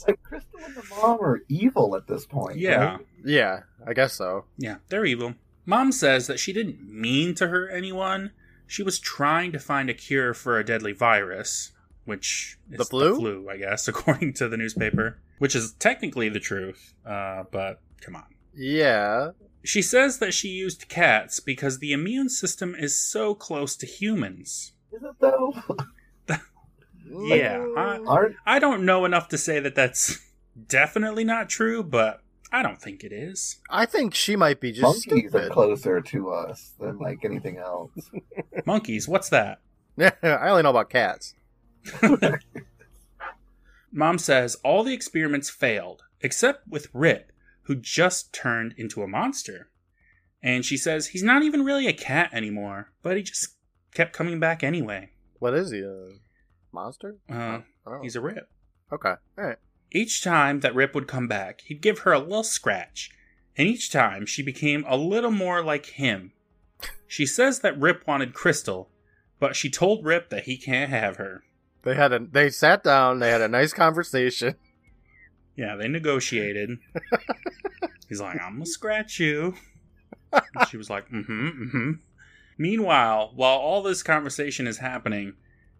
Like Crystal and the mom are evil at this point. Yeah. right? Yeah, I guess so. Yeah, they're evil. Mom says that she didn't mean to hurt anyone. She was trying to find a cure for a deadly virus, which is The flu? I guess, [LAUGHS] according to the newspaper, which is technically the truth. Uh, but come on. Yeah. She says that she used cats because the immune system is so close to humans. Is it [LAUGHS] though? Yeah, I- Aren't I don't know enough to say that that's [LAUGHS] definitely not true, but I don't think it is. I think she might be just monkeys are stupid. closer to us than like anything else? Monkeys, what's that? [LAUGHS] Yeah, I only know about cats. Mom says all the experiments failed, except with Rip, who just turned into a monster. And she says he's not even really a cat anymore, but he just kept coming back anyway. What is he? A monster? Uh, oh. He's a Rip. okay. All right. Each time that Rip would come back, he'd give her a little scratch, and each time she became a little more like him. She says that Rip wanted Crystal, but she told Rip that he can't have her. They had a they sat down, they had a nice conversation. [LAUGHS] Yeah, they negotiated. He's like, I'm gonna scratch you. And she was like, mm hmm, mm hmm. Meanwhile, while all this conversation is happening,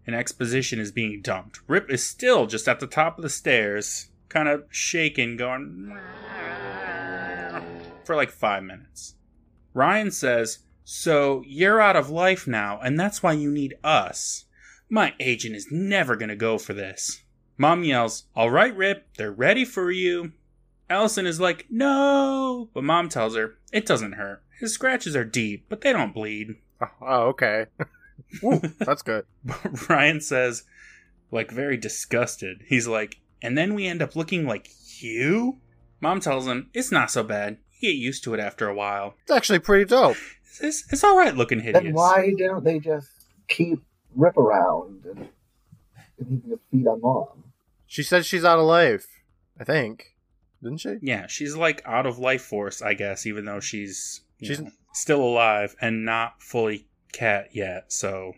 an exposition is being dumped. Rip is still just at the top of the stairs, kind of shaking, going for like five minutes. Ryan says, So you're out of life now, and that's why you need us. My agent is never gonna go for this. Mom yells, All right, Rip, they're ready for you. Allison is like, No! But mom tells her, It doesn't hurt. His scratches are deep, but they don't bleed. Oh, oh, okay. Woo, that's good. But [LAUGHS] Ryan says, like, very disgusted. He's like, And then we end up looking like you? Mom tells him, It's not so bad. You get used to it after a while. It's actually pretty dope. It's, it's all right looking hideous. Then why don't they just keep rip around and and he can just feed on mom. She said she's out of life. I think, didn't she? Yeah, she's like out of life force, I guess, even though she's you She's- know, still alive and not fully cat yet. So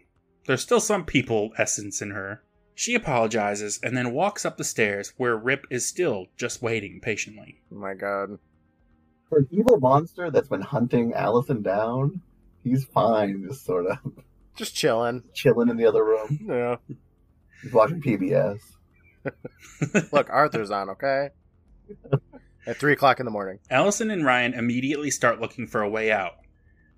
there's still some people essence in her. She apologizes and then walks up the stairs where Rip is still just waiting patiently. Oh my god. For an evil monster that's been hunting Allison down, he's fine, just sort of Just chilling. [LAUGHS] chilling in the other room. Yeah. He's watching PBS. [LAUGHS] Look, Arthur's on. Okay. At three o'clock in the morning. Allison and Ryan immediately start looking for a way out.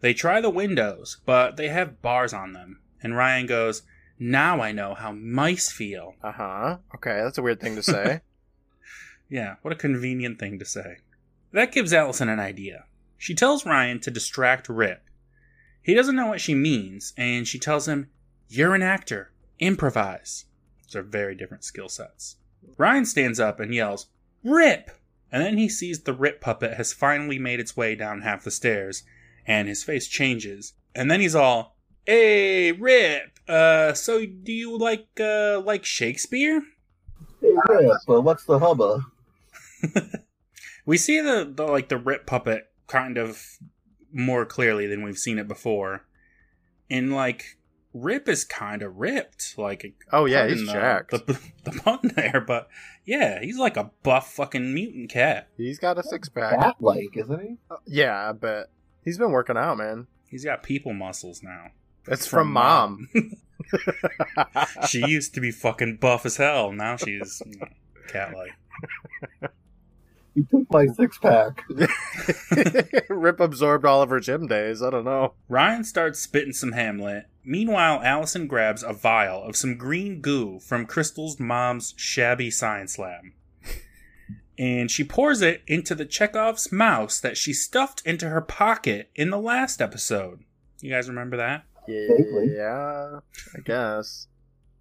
They try the windows, but they have bars on them. And Ryan goes, Now I know how mice feel. Uh huh. Okay, that's a weird thing [LAUGHS] to say. Yeah, what a convenient thing to say. That gives Allison an idea. She tells Ryan to distract Rip. He doesn't know what she means, and she tells him, You're an actor. Improvise. Those are very different skill sets. Ryan stands up and yells, Rip! And then he sees the Rip puppet has finally made its way down half the stairs, and his face changes. And then he's all, Hey, Rip! Uh, so do you like, uh, like Shakespeare? Hey, Rip, well, what's the hubba? We see the, the like the rip puppet kind of more clearly than we've seen it before. And like Rip is kind of ripped, like Oh yeah, pardon he's the, [LAUGHS] jacked. The, the pun there, but yeah, he's like a buff fucking mutant cat. He's got a six pack. Oh, Bat like, isn't he? Yeah, I bet. He's been working out, man. He's got people muscles now. That's from, mom. [LAUGHS] she used to be fucking buff as hell. Now she's cat like. He took my six pack. [LAUGHS] Rip absorbed all of her gym days. I don't know. Ryan starts spitting some Hamlet. Meanwhile, Allison grabs a vial of some green goo from Crystal's mom's shabby science lab. And she pours it into the Chekhov's mouse that she stuffed into her pocket in the last episode. You guys remember that? Vaguely. Yeah, I guess.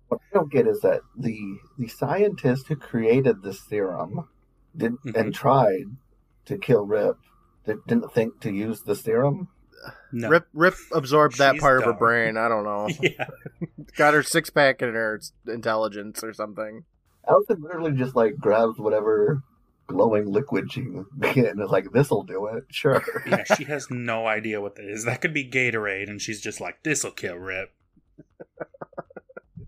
What I don't get is that the the scientist who created this serum did and tried to kill Rip did, didn't think to use the serum. No. [LAUGHS] Rip, Rip absorbed that She's part of her dumb. brain. I [LAUGHS] don't know. Yeah. Got her six pack and her s- intelligence or something. Allison literally just like grabs whatever glowing liquid she can get and is like, "This'll do it." Sure. yeah, she has no idea what that is. That could be Gatorade, and she's just like, this'll kill Rip. [LAUGHS]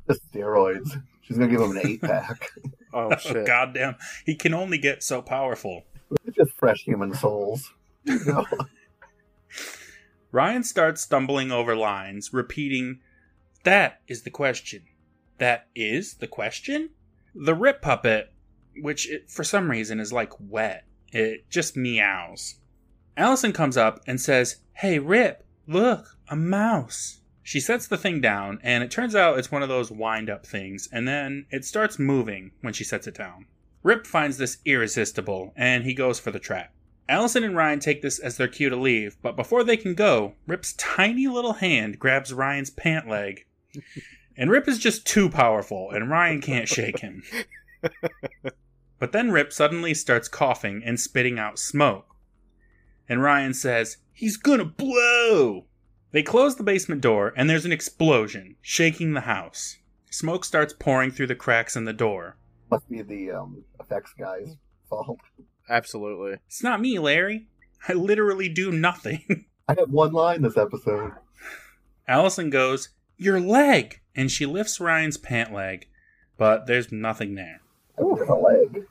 The steroids. She's gonna give him an eight pack. [LAUGHS] Oh shit! Goddamn. He can only get so powerful. It's just fresh human souls. You know? Ryan starts stumbling over lines, repeating, That is the question. That is the question? The rip puppet, which it, for some reason is like wet, it just meows. Allison comes up and says, Hey, Rip, look, a mouse. She sets the thing down, and it turns out it's one of those wind up things, and then it starts moving when she sets it down. Rip finds this irresistible, and he goes for the trap. Allison and Ryan take this as their cue to leave, but before they can go, Rip's tiny little hand grabs Ryan's pant leg. And Rip is just too powerful, and Ryan can't shake him. But then Rip suddenly starts coughing and spitting out smoke. And Ryan says, He's gonna blow! They close the basement door, and there's an explosion, shaking the house. Smoke starts pouring through the cracks in the door. Must be the um, effects guy's fault. [LAUGHS] Absolutely. [LAUGHS] It's not me, Larry. I literally do nothing. I have one line this episode. Allison goes, Your leg! And she lifts Ryan's pant leg, but there's nothing there. I would have a leg.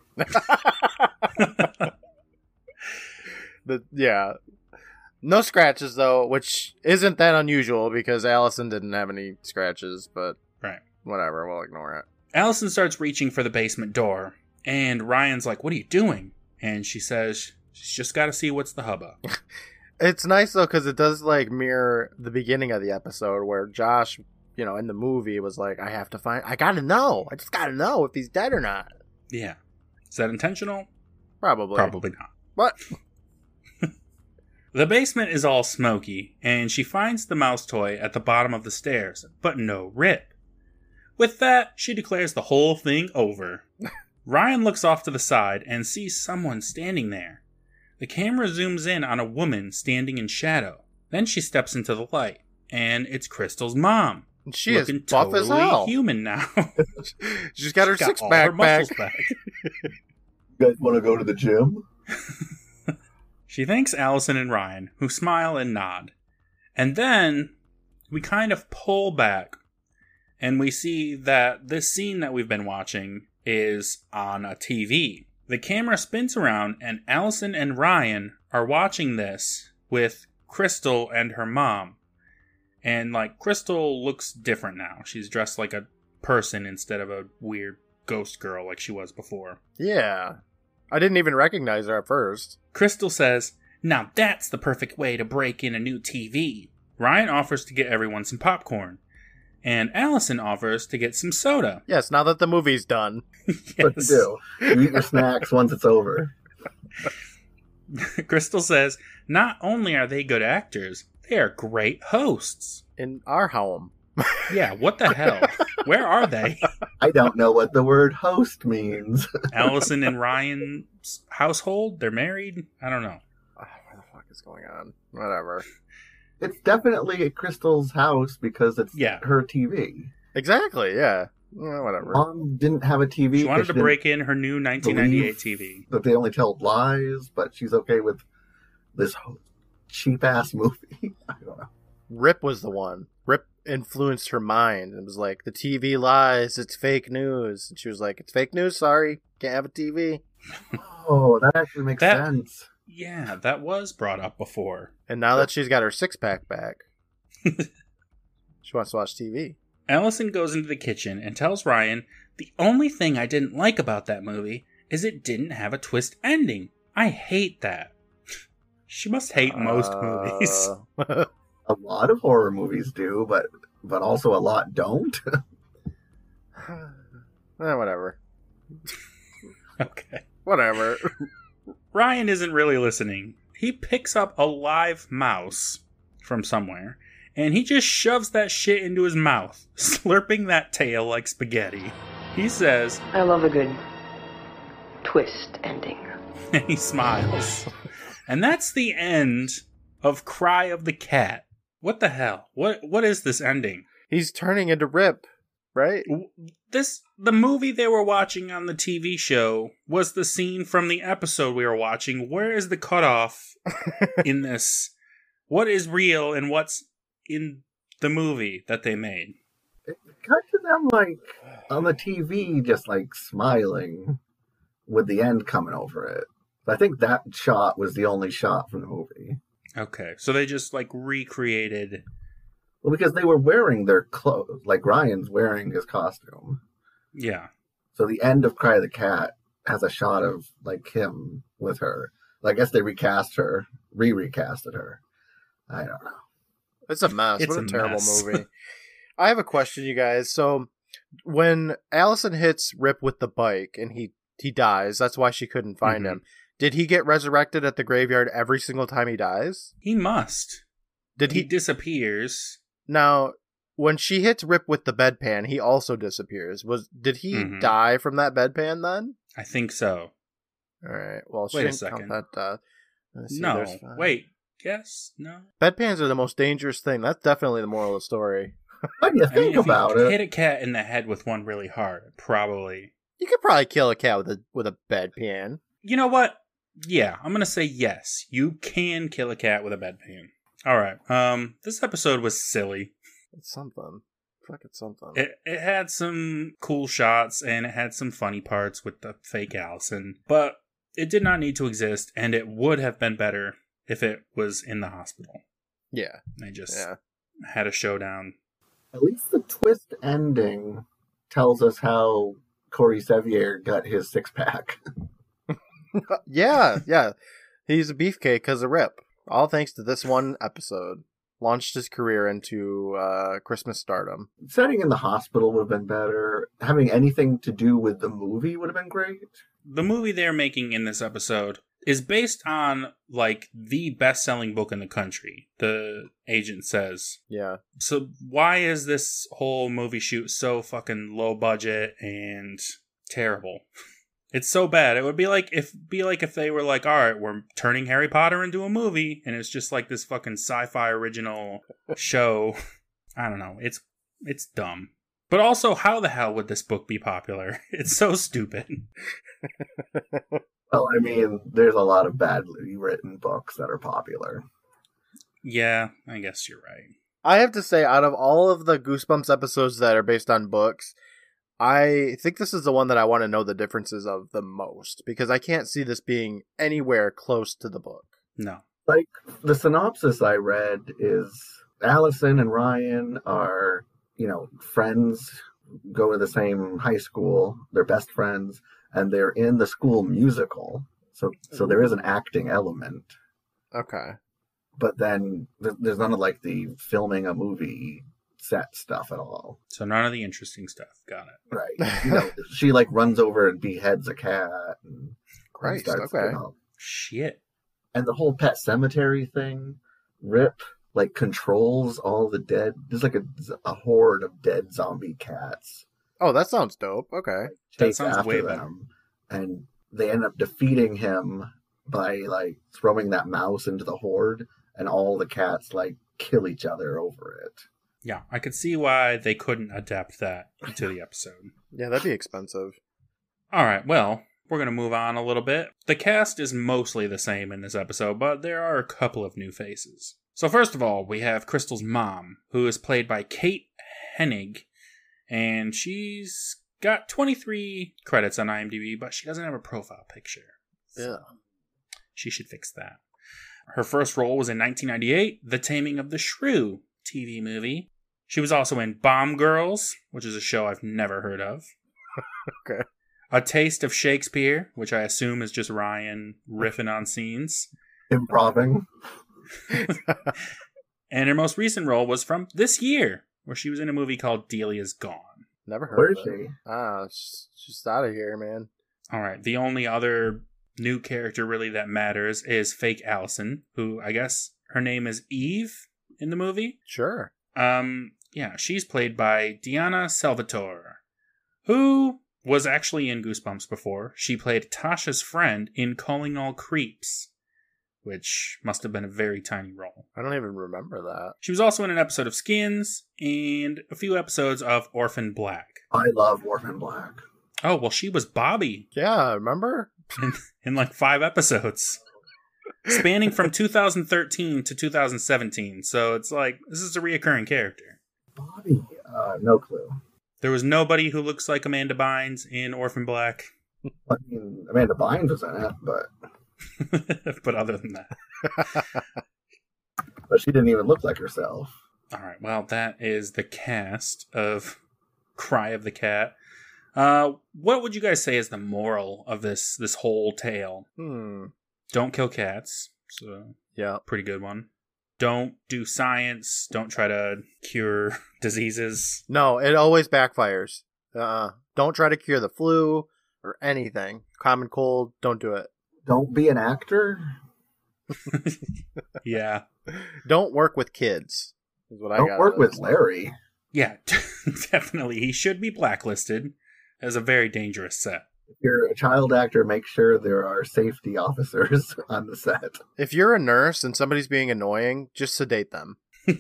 The yeah, no scratches though, which isn't that unusual because Allison didn't have any scratches. But Right. whatever, we'll ignore it. Allison starts reaching for the basement door, and Ryan's like, What are you doing? And she says, She's just got to see what's the hubba. It's nice though because it does like mirror the beginning of the episode where Josh, you know, in the movie was like, "I have to find, I gotta know, I just gotta know if he's dead or not." yeah. Is that intentional? Probably. Probably not. But [LAUGHS] The basement is all smoky, and she finds the mouse toy at the bottom of the stairs, but no Rip. With that, she declares the whole thing [LAUGHS] over. Ryan looks off to the side and sees someone standing there. The camera zooms in on a woman standing in shadow. Then she steps into the light, and it's Crystal's mom. And She is looking buff totally as hell. human now. She's got [LAUGHS] her She's six all pack her back. muscles back. You guys want to go to the gym? She thanks Allison and Ryan, who smile and nod. And then we kind of pull back and we see that this scene that we've been watching is on a TV. The camera spins around and Allison and Ryan are watching this with Crystal and her mom. And like Crystal looks different now. She's dressed like a person instead of a weird ghost girl like she was before. Yeah. I didn't even recognize her at first. Crystal says, Now that's the perfect way to break in a new TV. Ryan offers to get everyone some popcorn, and Allison offers to get some soda. [LAUGHS] Yes, now that the movie's done. What to do? You eat your snacks once it's over. [LAUGHS] Crystal says, Not only are they good actors, they are great hosts. In our home. Yeah, what the [LAUGHS] hell? Where are they? I don't know what the word host means. Allison and Ryan's household? They're married? I don't know. Ah, What the fuck is going on? Whatever. It's definitely at Crystal's house because it's Yeah. her TV. Exactly, yeah. Yeah, whatever. Mom didn't have a TV. She 'cause wanted to didn't- break in her new 1998 TV. That they only tell lies, but she's okay with this cheap ass movie. [LAUGHS] I don't know. Rip was the one. Rip influenced her mind and was like, the TV lies, it's fake news. And she was like, it's fake news, sorry. Can't have a TV. Oh, that actually makes That- sense. Yeah, that was brought up before. And now that she's got her six pack back, [LAUGHS] she wants to watch TV. Allison goes into the kitchen and tells Ryan, The only thing I didn't like about that movie is it didn't have a twist ending. I hate that. [LAUGHS] She must hate most Uh, [LAUGHS] movies. [LAUGHS] movies. A lot of horror movies do, but but also a lot don't. eh, whatever. Okay. [LAUGHS] Whatever. Ryan isn't really listening. He picks up a live mouse from somewhere and he just shoves that shit into his mouth, [LAUGHS] slurping that tail like spaghetti. He says, I love a good twist ending. and [LAUGHS] he smiles. And that's the end of Cry of the Cat. What the hell? What what is this ending? He's turning into Rip, right? W- This the movie they were watching on the TV show was the scene from the episode we were watching. Where is the [LAUGHS] cutoff in this? What is real and what's in the movie that they made? cut to them like on the TV, just like smiling with the end coming over it. I think that shot was the only shot from the movie. Okay, so they just like recreated. Well, because they were wearing their clothes, like Ryan's wearing his costume. Yeah, So the end of Cry of the Cat has a shot of like him with her. I guess they recast her, re recasted her. I don't know. It's a mess. It's what a, a terrible mess. movie. [LAUGHS] I have a question, you guys. So when Allison hits Rip with the bike and he he dies, that's why she couldn't find Mhm. him. Did he get resurrected at the graveyard every single time he dies? he must. Did he he disappears. now? When she hits Rip with the bedpan, he also disappears. Was did he Mhm. die from that bedpan then? I think so. All right. Well, she Wait a didn't count second. that. Uh, let's see, no. there's five. Wait. Yes. No. Bedpans are the most dangerous thing. That's definitely the moral of the story. When you think if about you it, hit a cat in the head with one really hard, it probably. You could probably kill a cat with a with a bedpan. You know what? Yeah, I'm gonna say yes. You can kill a cat with a bedpan. All right. Um, this episode was silly. It's something. Fuck, it's something. It it had some cool shots and it had some funny parts with the fake Allison, but it did not need to exist, and it would have been better if it was in the hospital. yeah, They just yeah. had a showdown. At least the twist ending tells us how Corey Sevier got his six pack. yeah, yeah. He's a beefcake because of Rip. All thanks to this one episode. Launched his career into uh, Christmas stardom. Setting in the hospital would have been better. Having anything to do with the movie would have been great. the movie they're making in this episode is based on like the best-selling book in the country the agent says Yeah. so why is this whole movie shoot so fucking low budget and terrible [LAUGHS] it's so bad it would be like if be like if they were like all right we're turning harry potter into a movie and it's just like this fucking sci-fi original show i don't know it's It's dumb. But also, how the hell would this book be popular? [LAUGHS] It's so stupid. Well, I mean, there's a lot of badly written books that are popular. Yeah, I guess you're right. I have to say, out of all of the Goosebumps episodes that are based on books, I think this is the one that I want to know the differences of the most because I can't see this being anywhere close to the book. No. Like the synopsis I read is Allison and Ryan are, you know, friends, go to the same high school, they're best friends, and they're in the school musical. So so there is an acting element. Okay. but then th- there's none of like the filming a movie set stuff at all So none of the interesting stuff. Got it. [LAUGHS] right you know she like runs over and beheads a cat and Christ, starts, okay. you know. Shit. and the whole pet cemetery thing rip like controls all the dead there's like a, a horde of dead zombie cats Oh, that sounds dope. Okay. That chase sounds after way better. them and they end up defeating him by like throwing that mouse into the horde and all the cats like kill each other over it Yeah, I could see why they couldn't adapt that to the episode. Yeah, that'd be expensive. All right, well, we're going to move on a little bit. The cast is mostly the same in this episode, but there are a couple of new faces. So, first of all, we have Crystal's mom, who is played by Kate Hennig, and she's got 23 credits on IMDb, but she doesn't have a profile picture. Yeah. She should fix that. Her first role was in 1998, The Taming of the Shrew TV movie. She was also in Bomb Girls, which is a show I've never heard of. Okay. A Taste of Shakespeare, which I assume is just Ryan riffing on scenes. improving And her most recent role was from this year, where she was in a movie called Delia's Gone. Never heard. Where of it. is she? Ah, she's, she's out of here, man. All right. The only other new character really that matters is fake Allison, who I guess her name is Eve in the movie. Sure. Um, yeah, she's played by Diana Salvatore, who was actually in Goosebumps before. She played Tasha's friend in Calling All Creeps, which must have been a very tiny role. I don't even remember that. She was also in an episode of Skins and a few episodes of Orphan Black. I love Orphan Black. Oh, well, she was Bobby Yeah, remember? in like five episodes, spanning from 2013 to 2017. So it's like, this is a reoccurring character. Bobby, uh, no clue. There was nobody who looks like Amanda Bynes in Orphan Black. [LAUGHS] I mean, Amanda Bynes was in it, but but other than that. but she didn't even look like herself. All right. Well, that is the cast of Cry of the Cat. Uh, what would you guys say is the moral of this this whole tale? Hmm. Don't kill cats. So Yeah. pretty good one. Don't do science. Don't try to cure [LAUGHS] diseases. No, it always backfires. Uh, don't try to cure the flu or anything. Common cold, don't do it. Don't be an actor. Yeah. Don't work with kids. Is what I Don't got work out of with this. Larry. Yeah. [LAUGHS] definitely. He should be blacklisted as a very dangerous set. If you're a child actor, make sure there are safety [LAUGHS] officers on the set. If you're a nurse and somebody's being annoying, just sedate them. [LAUGHS]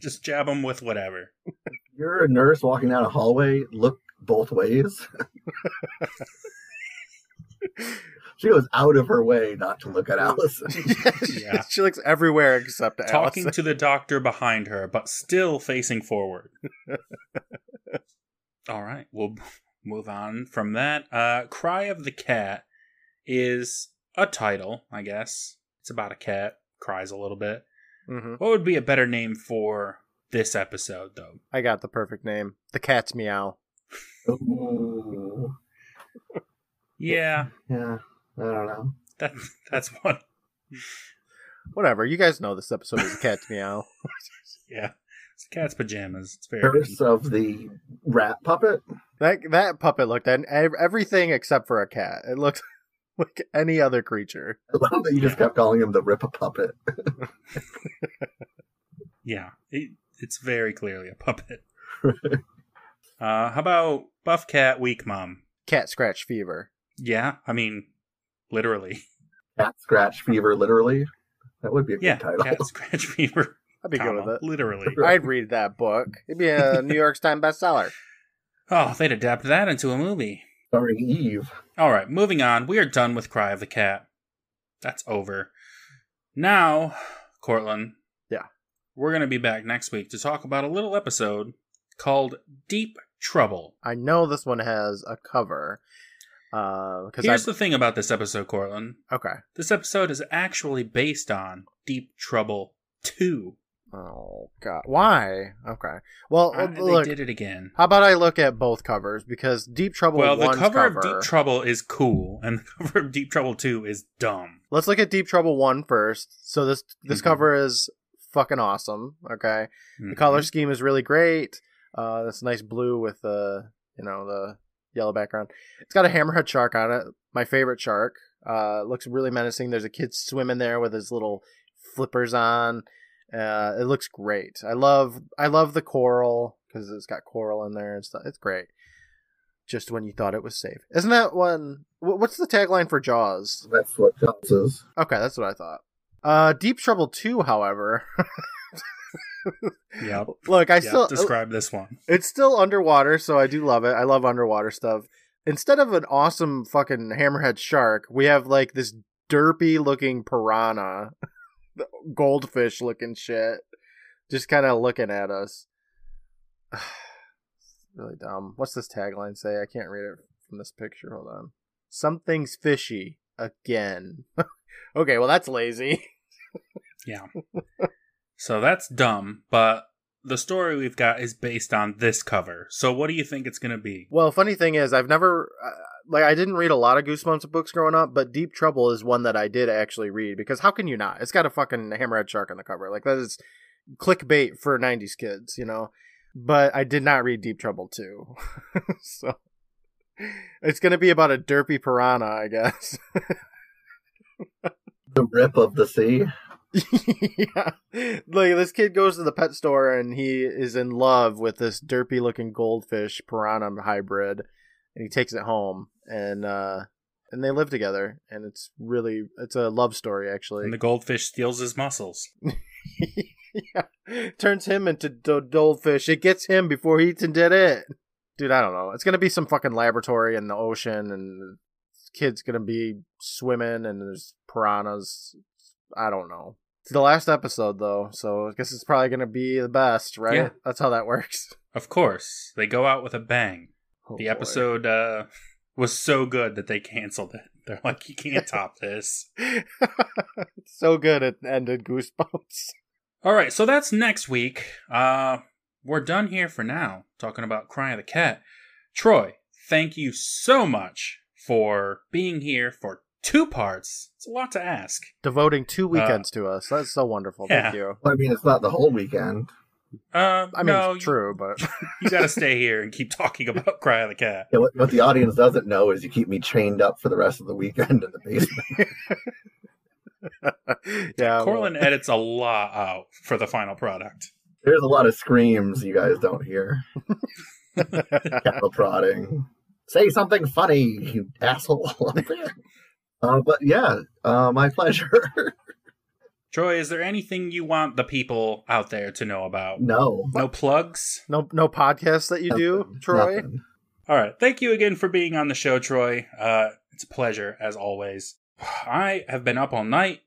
Just jab him with whatever. If you're a nurse walking down a hallway, look both ways. she goes out of her way not to look at Allison. [LAUGHS] Yeah. she looks everywhere except at Talking Allison. to the doctor behind her, but still facing forward. All right, we'll move on from that. Uh, Cry of the Cat is a title, I guess. It's about a cat, cries a little bit. Mhm. What would be a better name for this episode, though? I got the perfect name. The cat's meow. Ooh. Yeah, Yeah, I don't know. that that's one. Whatever. You guys know this episode is the cat's meow. Yeah, it's cat's pajamas. It's very. Curse of the rat puppet. That that puppet looked at ev- everything except for a cat. It looked [LAUGHS] like any other creature. I love that you just Yeah. kept calling him the Rip a Puppet. Yeah, it, it's very clearly a [LAUGHS] puppet. uh, how about Buff Cat Weak Mom? Cat scratch fever. Yeah, I mean, literally. Cat Scratch Fever, literally. That would be a Yeah, [LAUGHS] good title. cat scratch fever. I'd be good comma, with it. literally. I'd read that book. It'd be a New York Times [LAUGHS] bestseller. Oh, they'd adapt that into a movie. starring Eve. All right, moving on. We are done with Cry of the Cat. That's over. Now, Cortland. Yeah. We're going to be back next week to talk about a little episode called Deep Trouble. I know this one has a cover. Because Here's the thing about this episode, Cortland. I okay. This episode is actually based on Deep Trouble 2. Oh God, why? Okay. Well, Ah, look. they did it again. How about I look at both covers because Deep Trouble. Well, the one's cover, of Deep Trouble is cool, and [LAUGHS] the cover of Deep Trouble 2 is dumb. Let's look at Deep Trouble one first. So this this Mhm. cover is fucking awesome. Okay, the Mhm. color scheme is really great. Uh, this nice blue with the you know the yellow background. It's got a hammerhead shark on it. My favorite shark. Uh, it looks really menacing. There's a kid swimming there with his little flippers on. Uh, it looks great. I love I love the coral because it's got coral in there and stuff. It's great. Just when you thought it was safe, isn't that one? wh- What's the tagline for Jaws? That's what Jaws is. Okay, that's what I thought. Uh, Deep Trouble 2, however, [LAUGHS] Yep. look, I yep, still describe this one. it's still underwater, so I do love it. I love underwater stuff. Instead of an awesome fucking hammerhead shark, we have like this derpy looking piranha, [LAUGHS] goldfish looking shit, just kind of looking at us. [SIGHS] It's really dumb. What's this tagline say? I can't read it from this picture. Hold on. Something's fishy again. [LAUGHS] okay, well that's lazy. [LAUGHS] So that's dumb, but the story we've got is based on this cover. So what do you think it's going to be? Well, funny thing is, I've never uh, like I didn't read a lot of Goosebumps books growing up, but Deep Trouble is one that I did actually read because how can you not? It's got a fucking hammerhead shark on the cover. Like that is clickbait for '90s kids, you know. But I did not read Deep Trouble too, [LAUGHS] so it's gonna be about a derpy piranha, I guess. The rip of the sea. [LAUGHS] yeah, like this kid goes to the pet store and he is in love with this derpy looking goldfish piranha hybrid, and he takes it home and uh and they live together and it's really it's a love story actually. And the goldfish steals his muscles. [LAUGHS] yeah, turns him into do- goldfish. It gets him before he even did it. Dude, I don't know. It's gonna be some fucking laboratory in the ocean, and the kid's gonna be swimming, and there's piranhas. I don't know. It's the last episode though, so I guess it's probably gonna be the best, right? Yeah. That's how that works. [LAUGHS] Of course, they go out with a bang. Oh, The boy. episode uh, was so good that they canceled it. [LAUGHS] They're like, you can't top this. it's [LAUGHS] so good it ended goosebumps. [LAUGHS] All right, so that's next week. Uh, we're done here for now, talking about Cry of the Cat. Troy, thank you so much for being here for two parts. It's a lot to ask. Devoting two weekends to us. That's so wonderful. Thank Uh, Yeah. you. I mean, it's not the whole weekend. Uh, I mean, no, it's true, [LAUGHS] but [LAUGHS] you got to stay here and keep [LAUGHS] talking about Cry of the Cat. Yeah, what, what the audience doesn't know is you keep me chained up for the rest of the weekend in the basement. [LAUGHS] yeah. well- Corlin edits a lot out for the final product. There's a lot of screams you guys don't [LAUGHS] hear. Cattle prodding. Say something funny, you asshole. [LAUGHS] uh, but yeah, uh, my pleasure. [LAUGHS] Troy, is there anything you want the people out there to know about? no. No plugs? No, no podcast that you do, Nothing. Troy. Nothing. All right. Thank you again for being on the show, Troy. Uh, it's a pleasure, as always. [SIGHS] I have been up all night.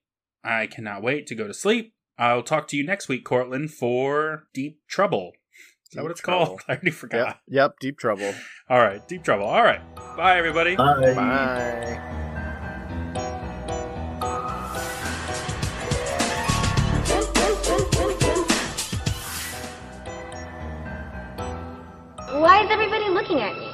I cannot wait to go to sleep. I'll talk to you next week, Cortland, for Deep Trouble. Is that Deep what it's Trouble. called? [LAUGHS] I already forgot. Yep, yep. Deep trouble. All right. Deep Trouble. All right. Bye, everybody. Bye. Bye. Why is everybody looking at me?